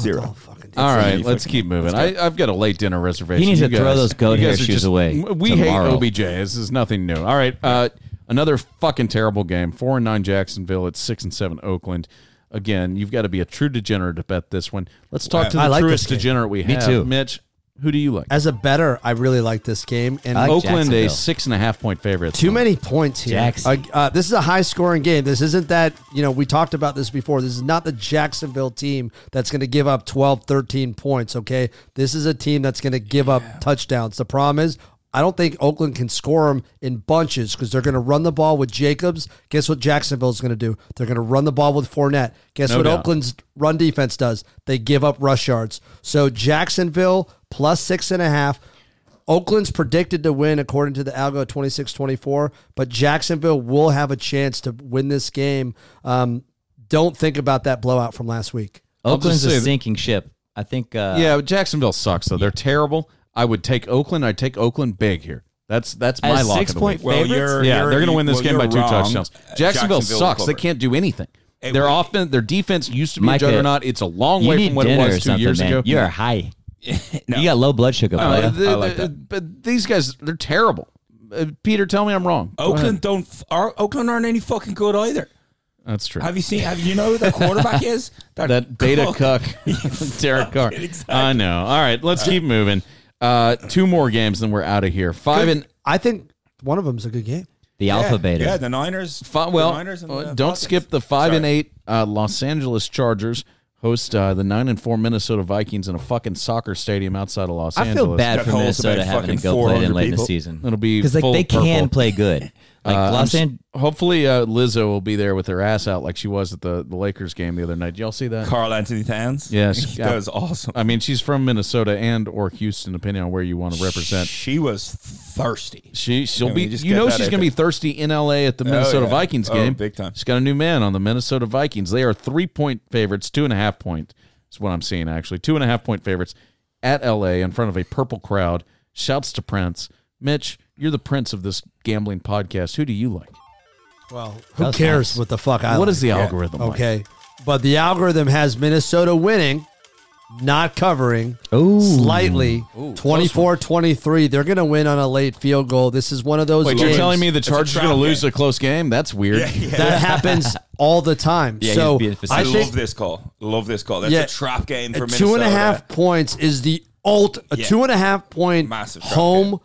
Speaker 2: Zero.
Speaker 3: Oh, fucking
Speaker 1: All right,
Speaker 2: you
Speaker 1: let's
Speaker 2: fucking-
Speaker 1: keep moving. I, I've got a late dinner reservation.
Speaker 4: He needs
Speaker 1: You
Speaker 4: to throw
Speaker 1: guys-
Speaker 4: those goat
Speaker 1: you
Speaker 4: hair
Speaker 1: guys are
Speaker 4: shoes away
Speaker 1: We
Speaker 4: tomorrow.
Speaker 1: hate OBJ. This is nothing new. All right, uh, another fucking terrible game. Four and nine Jacksonville. It's six and seven Oakland. Again, you've got to be a true degenerate to bet this one. Let's talk to the
Speaker 3: I like this
Speaker 1: truest
Speaker 3: game.
Speaker 1: degenerate we
Speaker 4: Me
Speaker 1: have.
Speaker 4: too.
Speaker 1: Mitch. Who do you like?
Speaker 3: As a better, I really like this game, and
Speaker 4: I like
Speaker 1: Oakland, a
Speaker 4: Jacksonville.
Speaker 1: six and a half point favorite.
Speaker 3: too many points here. Uh,
Speaker 4: Jackson.
Speaker 3: uh, this is a high scoring game. This isn't that you know we talked about this before. This is not the Jacksonville team that's going to give up 12, 13 points. Okay, this is a team that's going to give up touchdowns. The problem is. I don't think Oakland can score them in bunches because they're going to run the ball with Jacobs. Guess what Jacksonville's going to do? They're going to run the ball with Fournette. Guess
Speaker 1: No
Speaker 3: what
Speaker 1: doubt.
Speaker 3: Oakland's run defense does? They give up rush yards. So Jacksonville plus six and a half. Oakland's predicted to win according to the algo 26-24, but Jacksonville will have a chance to win this game. Um, don't think about that blowout from last week.
Speaker 1: I'll
Speaker 4: Oakland's
Speaker 1: just say
Speaker 4: a
Speaker 1: that-
Speaker 4: sinking ship. I think. Uh,
Speaker 1: Yeah, but Jacksonville sucks though. They're terrible. I would take Oakland. I'd take Oakland big here. That's that's my
Speaker 4: As
Speaker 1: lock.
Speaker 4: six
Speaker 1: of the
Speaker 4: point
Speaker 1: week.
Speaker 2: Well,
Speaker 4: Favorites?
Speaker 2: you're,
Speaker 1: Yeah,
Speaker 2: you're-
Speaker 1: they're going to win this
Speaker 2: well,
Speaker 1: game by
Speaker 2: you're
Speaker 1: two
Speaker 2: wrong.
Speaker 1: touchtsdowns.
Speaker 4: Uh,
Speaker 1: Jacksonville,
Speaker 2: will
Speaker 1: sucks. They
Speaker 2: cover.
Speaker 1: can't do anything.
Speaker 2: Hey,
Speaker 1: their
Speaker 2: we-
Speaker 1: offense, their defense used to be
Speaker 4: Micah,
Speaker 1: a juggernaut. It's a long
Speaker 4: you
Speaker 1: way
Speaker 4: need
Speaker 1: from what it
Speaker 4: dinner or
Speaker 1: was two
Speaker 4: something,
Speaker 1: years
Speaker 4: man.
Speaker 1: ago.
Speaker 4: You're high.
Speaker 2: No.
Speaker 4: You got low blood sugar.
Speaker 1: Uh,
Speaker 4: Florida.
Speaker 1: the-
Speaker 4: I like
Speaker 1: the-
Speaker 4: that.
Speaker 1: But these guys, they're terrible. Uh, Peter, tell me I'm wrong.
Speaker 4: Oh,
Speaker 1: Go
Speaker 2: Oakland
Speaker 1: ahead.
Speaker 2: don't. f- Are, Oakland aren't any fucking good either.
Speaker 1: That's true.
Speaker 2: Have you seen? Have you know who the quarterback is? That,
Speaker 1: that data cuck, Derek Carr.
Speaker 2: exactly.
Speaker 1: I know. All right, let's keep moving. Uh, two more games, then we're out of here. Five and
Speaker 3: I think one of them's a good game.
Speaker 4: the alpha beta.
Speaker 2: Yeah, the Niners.
Speaker 1: Fi-
Speaker 2: the
Speaker 1: well,
Speaker 2: Niners and
Speaker 1: uh,
Speaker 2: the
Speaker 1: don't
Speaker 2: Falcons.
Speaker 1: skip the five and
Speaker 2: Sorry.
Speaker 1: eight uh, Los Angeles Chargers host uh, the nine and four Minnesota Vikings in a fucking soccer stadium outside of Los
Speaker 4: I
Speaker 1: Angeles.
Speaker 4: feel bad
Speaker 2: Got
Speaker 4: for
Speaker 2: holes
Speaker 4: Minnesota
Speaker 2: about
Speaker 4: having to
Speaker 2: fucking
Speaker 4: go play it in
Speaker 2: 400
Speaker 4: late in the
Speaker 2: people.
Speaker 4: season.
Speaker 1: It'll be
Speaker 4: because like
Speaker 1: full
Speaker 4: they can
Speaker 1: purple.
Speaker 4: play good. Like
Speaker 1: Uh,
Speaker 4: Los
Speaker 1: I'm s-
Speaker 4: Angeles.
Speaker 1: Hopefully, uh, Lizzo will be there with her ass out like she was at the, the Lakers game the other night. Did y'all see that?
Speaker 2: Carl Anthony Towns.
Speaker 1: Yes.
Speaker 2: that was awesome.
Speaker 1: I mean, she's from Minnesota and or Houston, depending on where you want to represent.
Speaker 2: She was thirsty.
Speaker 1: She she'll
Speaker 2: Yeah,
Speaker 1: be
Speaker 2: we just
Speaker 1: you
Speaker 2: get
Speaker 1: know
Speaker 2: that
Speaker 1: she's
Speaker 2: out
Speaker 1: gonna
Speaker 2: there.
Speaker 1: be thirsty in LA at the Minnesota
Speaker 2: yeah.
Speaker 1: Vikings
Speaker 2: Oh,
Speaker 1: game.
Speaker 2: big time.
Speaker 1: She's got a new man on the Minnesota Vikings. They are three point favorites, two and a half point is what I'm seeing actually. Two and a half point favorites at LA in front of a purple crowd. Shouts to Prince. Mitch, you're the prince of this gambling podcast. Who do you like?
Speaker 3: Well, who
Speaker 4: was
Speaker 3: cares
Speaker 4: nice.
Speaker 3: what the fuck I
Speaker 1: what
Speaker 3: like?
Speaker 1: is the algorithm like?
Speaker 3: Okay, but the algorithm has Minnesota winning, not covering,
Speaker 4: Ooh.
Speaker 3: slightly 24-23. They're going to win on a late field goal. This is one of those
Speaker 1: Wait,
Speaker 3: games
Speaker 1: you're telling me the
Speaker 2: It's a
Speaker 1: Chargers are
Speaker 2: trap
Speaker 1: gonna lose
Speaker 2: game.
Speaker 1: a close game? That's weird.
Speaker 3: that happens all the time.
Speaker 4: Yeah,
Speaker 3: so
Speaker 4: he's being
Speaker 3: I
Speaker 2: I,
Speaker 4: facetious.
Speaker 3: think
Speaker 2: love this call. Love this call. That's
Speaker 3: Yeah.
Speaker 2: a trap game for
Speaker 3: Uh,
Speaker 2: Minnesota.
Speaker 3: two and a half points is the ult. A
Speaker 2: Yeah.
Speaker 3: two and a half point
Speaker 2: Massive trap
Speaker 3: home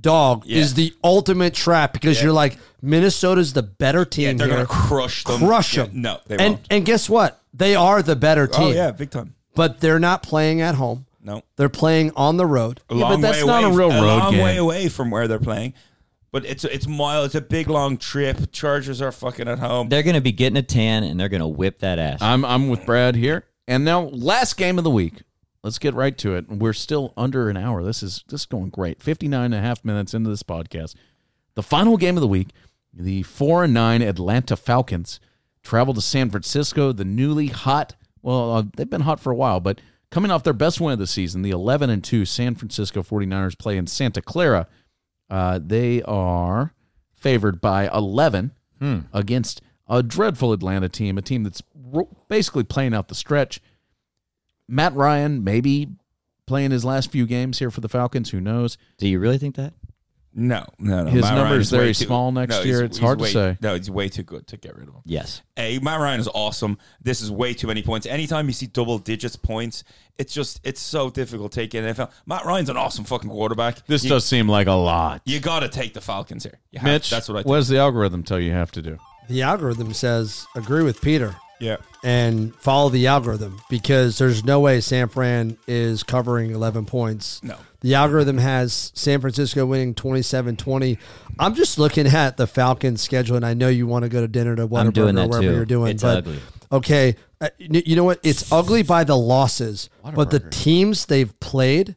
Speaker 3: dog
Speaker 2: Yeah.
Speaker 3: is the ultimate trap because you're like Minnesota's the better
Speaker 2: Yeah,
Speaker 3: team.
Speaker 2: they're
Speaker 3: here.
Speaker 2: gonna crush them.
Speaker 3: Crush
Speaker 2: Yeah,
Speaker 3: them.
Speaker 2: no, they
Speaker 3: and
Speaker 2: won't.
Speaker 3: and guess what? They are the better team.
Speaker 2: oh yeah, big time.
Speaker 3: but they're not playing at home.
Speaker 2: No,
Speaker 3: They're playing on the road.
Speaker 2: a
Speaker 1: Yeah, but
Speaker 2: long
Speaker 1: that's
Speaker 2: way
Speaker 1: not
Speaker 2: away,
Speaker 1: a real
Speaker 2: a
Speaker 1: road
Speaker 2: long
Speaker 1: game.
Speaker 2: way away from where they're playing. But it's it's mild. It's a big long trip. Chargers are fucking at home.
Speaker 4: They're going to be
Speaker 1: Uh,
Speaker 4: getting a tan and they're going to whip that ass.
Speaker 1: I'm I'm with Brad here. And now last game of the week. Let's get right to it. We're still under an hour. This is this is going great. 59 and a half minutes into this podcast. The final game of the week, the 4 and 9 Atlanta Falcons travel to San Francisco, the newly hot, well, uh, they've been hot for a while, but coming off their best win of the season, the 11 and 2 San Francisco 49ers play in Santa Clara. Uh, they are favored by 11 against a dreadful Atlanta team, a team that's ro- basically playing out the stretch. Matt Ryan maybe playing his last few games here for the Falcons. Who knows?
Speaker 4: Do you really think that?
Speaker 2: No, no, no.
Speaker 1: His number's
Speaker 2: is
Speaker 1: very
Speaker 2: way too-
Speaker 1: small next
Speaker 2: he's-
Speaker 1: year. It's
Speaker 2: he's
Speaker 1: hard to
Speaker 2: way-
Speaker 1: say.
Speaker 2: No, he's way too good to get rid of him.
Speaker 4: Yes.
Speaker 2: Hey, Matt Ryan is awesome. This is way too many points. Anytime you see double digits points, it's just it's so difficult to take in NFL. Matt Ryan's an awesome fucking quarterback.
Speaker 1: This
Speaker 2: you,
Speaker 1: does seem like a lot.
Speaker 2: you got to take the Falcons here. You have-
Speaker 1: Mitch,
Speaker 2: that's what I think.
Speaker 1: what does the algorithm tell you you have to do?
Speaker 3: The algorithm says agree with Peter
Speaker 2: yeah.
Speaker 3: and follow the algorithm because there's no way San Fran is covering 11 points.
Speaker 2: No.
Speaker 3: The algorithm has San Francisco winning 27-20. I'm just looking at the Falcons schedule and I know you want to go to dinner to
Speaker 4: I'm doing
Speaker 3: Whataburger or
Speaker 4: that
Speaker 3: wherever
Speaker 4: too.
Speaker 3: you're doing
Speaker 4: It's
Speaker 3: but
Speaker 4: ugly.
Speaker 3: okay, uh, you you know what? It's ugly by the losses, but the
Speaker 1: Whataburger.
Speaker 3: teams they've played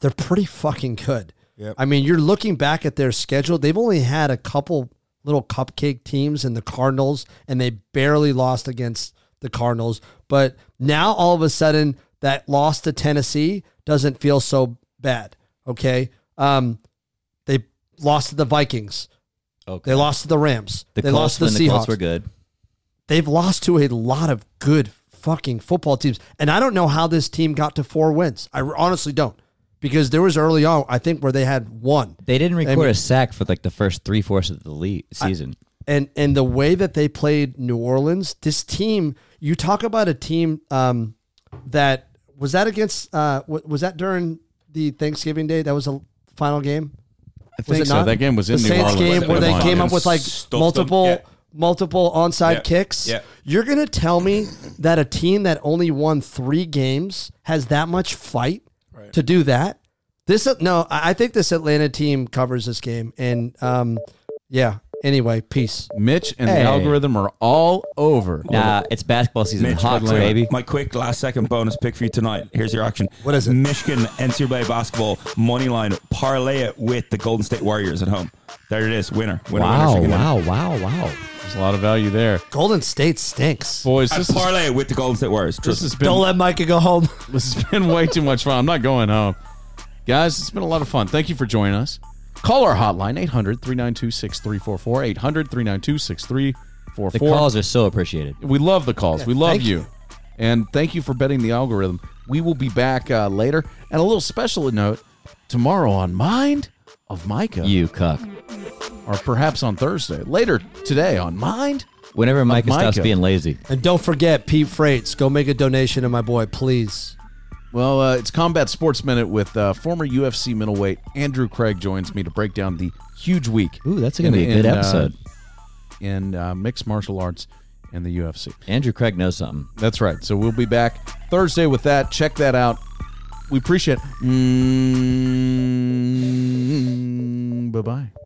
Speaker 3: they're pretty fucking good.
Speaker 2: Yep.
Speaker 3: I mean, you're looking back at their schedule. They've only had a couple little cupcake teams in the Cardinals, and they barely lost against the Cardinals. But now all of a sudden, that loss to Tennessee doesn't feel so bad. Okay. Um, they lost to the Vikings.
Speaker 4: Okay.
Speaker 3: They lost to the Rams.
Speaker 4: The
Speaker 3: they
Speaker 4: Colts
Speaker 3: lost to the
Speaker 4: when the Colts
Speaker 3: Seahawks
Speaker 4: were good.
Speaker 3: they've lost to a lot of good fucking football teams. And I don't know how this team got to four wins. I honestly don't. Because there was early on, I think, where they had one.
Speaker 4: They didn't record
Speaker 3: mean-
Speaker 4: a sack for like the first three fourths of the league season.
Speaker 3: And and the way that they played New Orleans, this team, you talk about a team um, that was that against uh, wa- was that during the Thanksgiving Day? That was a final game.
Speaker 1: I
Speaker 3: Was it not?
Speaker 1: That game was in
Speaker 3: the
Speaker 1: New
Speaker 3: Saints
Speaker 1: Orleans.
Speaker 3: game where they
Speaker 1: Come on,
Speaker 3: came
Speaker 1: dude.
Speaker 3: up with like
Speaker 2: Stuffed them.
Speaker 3: multiple
Speaker 2: Yeah.
Speaker 3: multiple onside
Speaker 2: Yeah.
Speaker 3: kicks.
Speaker 2: Yeah.
Speaker 3: You're gonna tell me that a team that only won three games has that much fight to do that? This no, I I think this Atlanta team covers this game, and um, yeah. Anyway, peace.
Speaker 1: Mitch and the
Speaker 4: Hey.
Speaker 1: algorithm are all over.
Speaker 4: Nah, it's basketball season.
Speaker 2: Mitch,
Speaker 4: Hawks,
Speaker 2: Atlanta.
Speaker 4: baby.
Speaker 2: My quick last second bonus pick for you tonight. Here's your action.
Speaker 3: What is it?
Speaker 2: Michigan NCAA basketball money line. Parlay it with the Golden State Warriors at home. There it is. Winner. Winner.
Speaker 4: Wow,
Speaker 2: winner.
Speaker 4: wow, wow, wow.
Speaker 1: There's a lot of value there,
Speaker 3: Golden State stinks.
Speaker 1: boys.
Speaker 2: I
Speaker 1: This, is,
Speaker 2: parlay it with the Golden State Warriors.
Speaker 1: this
Speaker 2: Trust
Speaker 1: has
Speaker 3: Don't
Speaker 1: been
Speaker 3: let Micah go home.
Speaker 1: this has been way too much fun. I'm not going home, guys. It's been a lot of fun. Thank you for joining us. Call our hotline 800 392 6344 800 392
Speaker 4: The
Speaker 1: 6344
Speaker 4: calls are so appreciated.
Speaker 1: We love the calls. we love
Speaker 3: thank
Speaker 1: you.
Speaker 3: you.
Speaker 1: And thank you for betting the algorithm. We will be back uh, later. And a little special note tomorrow on Mind of Micah,
Speaker 4: You cuck.
Speaker 1: or perhaps on Thursday, later today on Mind.
Speaker 4: Whenever Micah stops
Speaker 1: Micah.
Speaker 4: being lazy,
Speaker 3: And don't forget, Pete Freights, go make a donation to my boy, please.
Speaker 1: Well, uh, it's Combat Sports Minute with uh, former UFC middleweight Andrew Craig joins me to break down the huge week.
Speaker 4: ooh, that's gonna
Speaker 1: in-
Speaker 4: be a good
Speaker 1: in, uh,
Speaker 4: episode.
Speaker 1: in uh, mixed martial arts and the UFC.
Speaker 4: Andrew Craig knows something.
Speaker 1: That's right. So we'll be back Thursday with that. Check that out. We appreciate it. Mm, bye bye. Mm,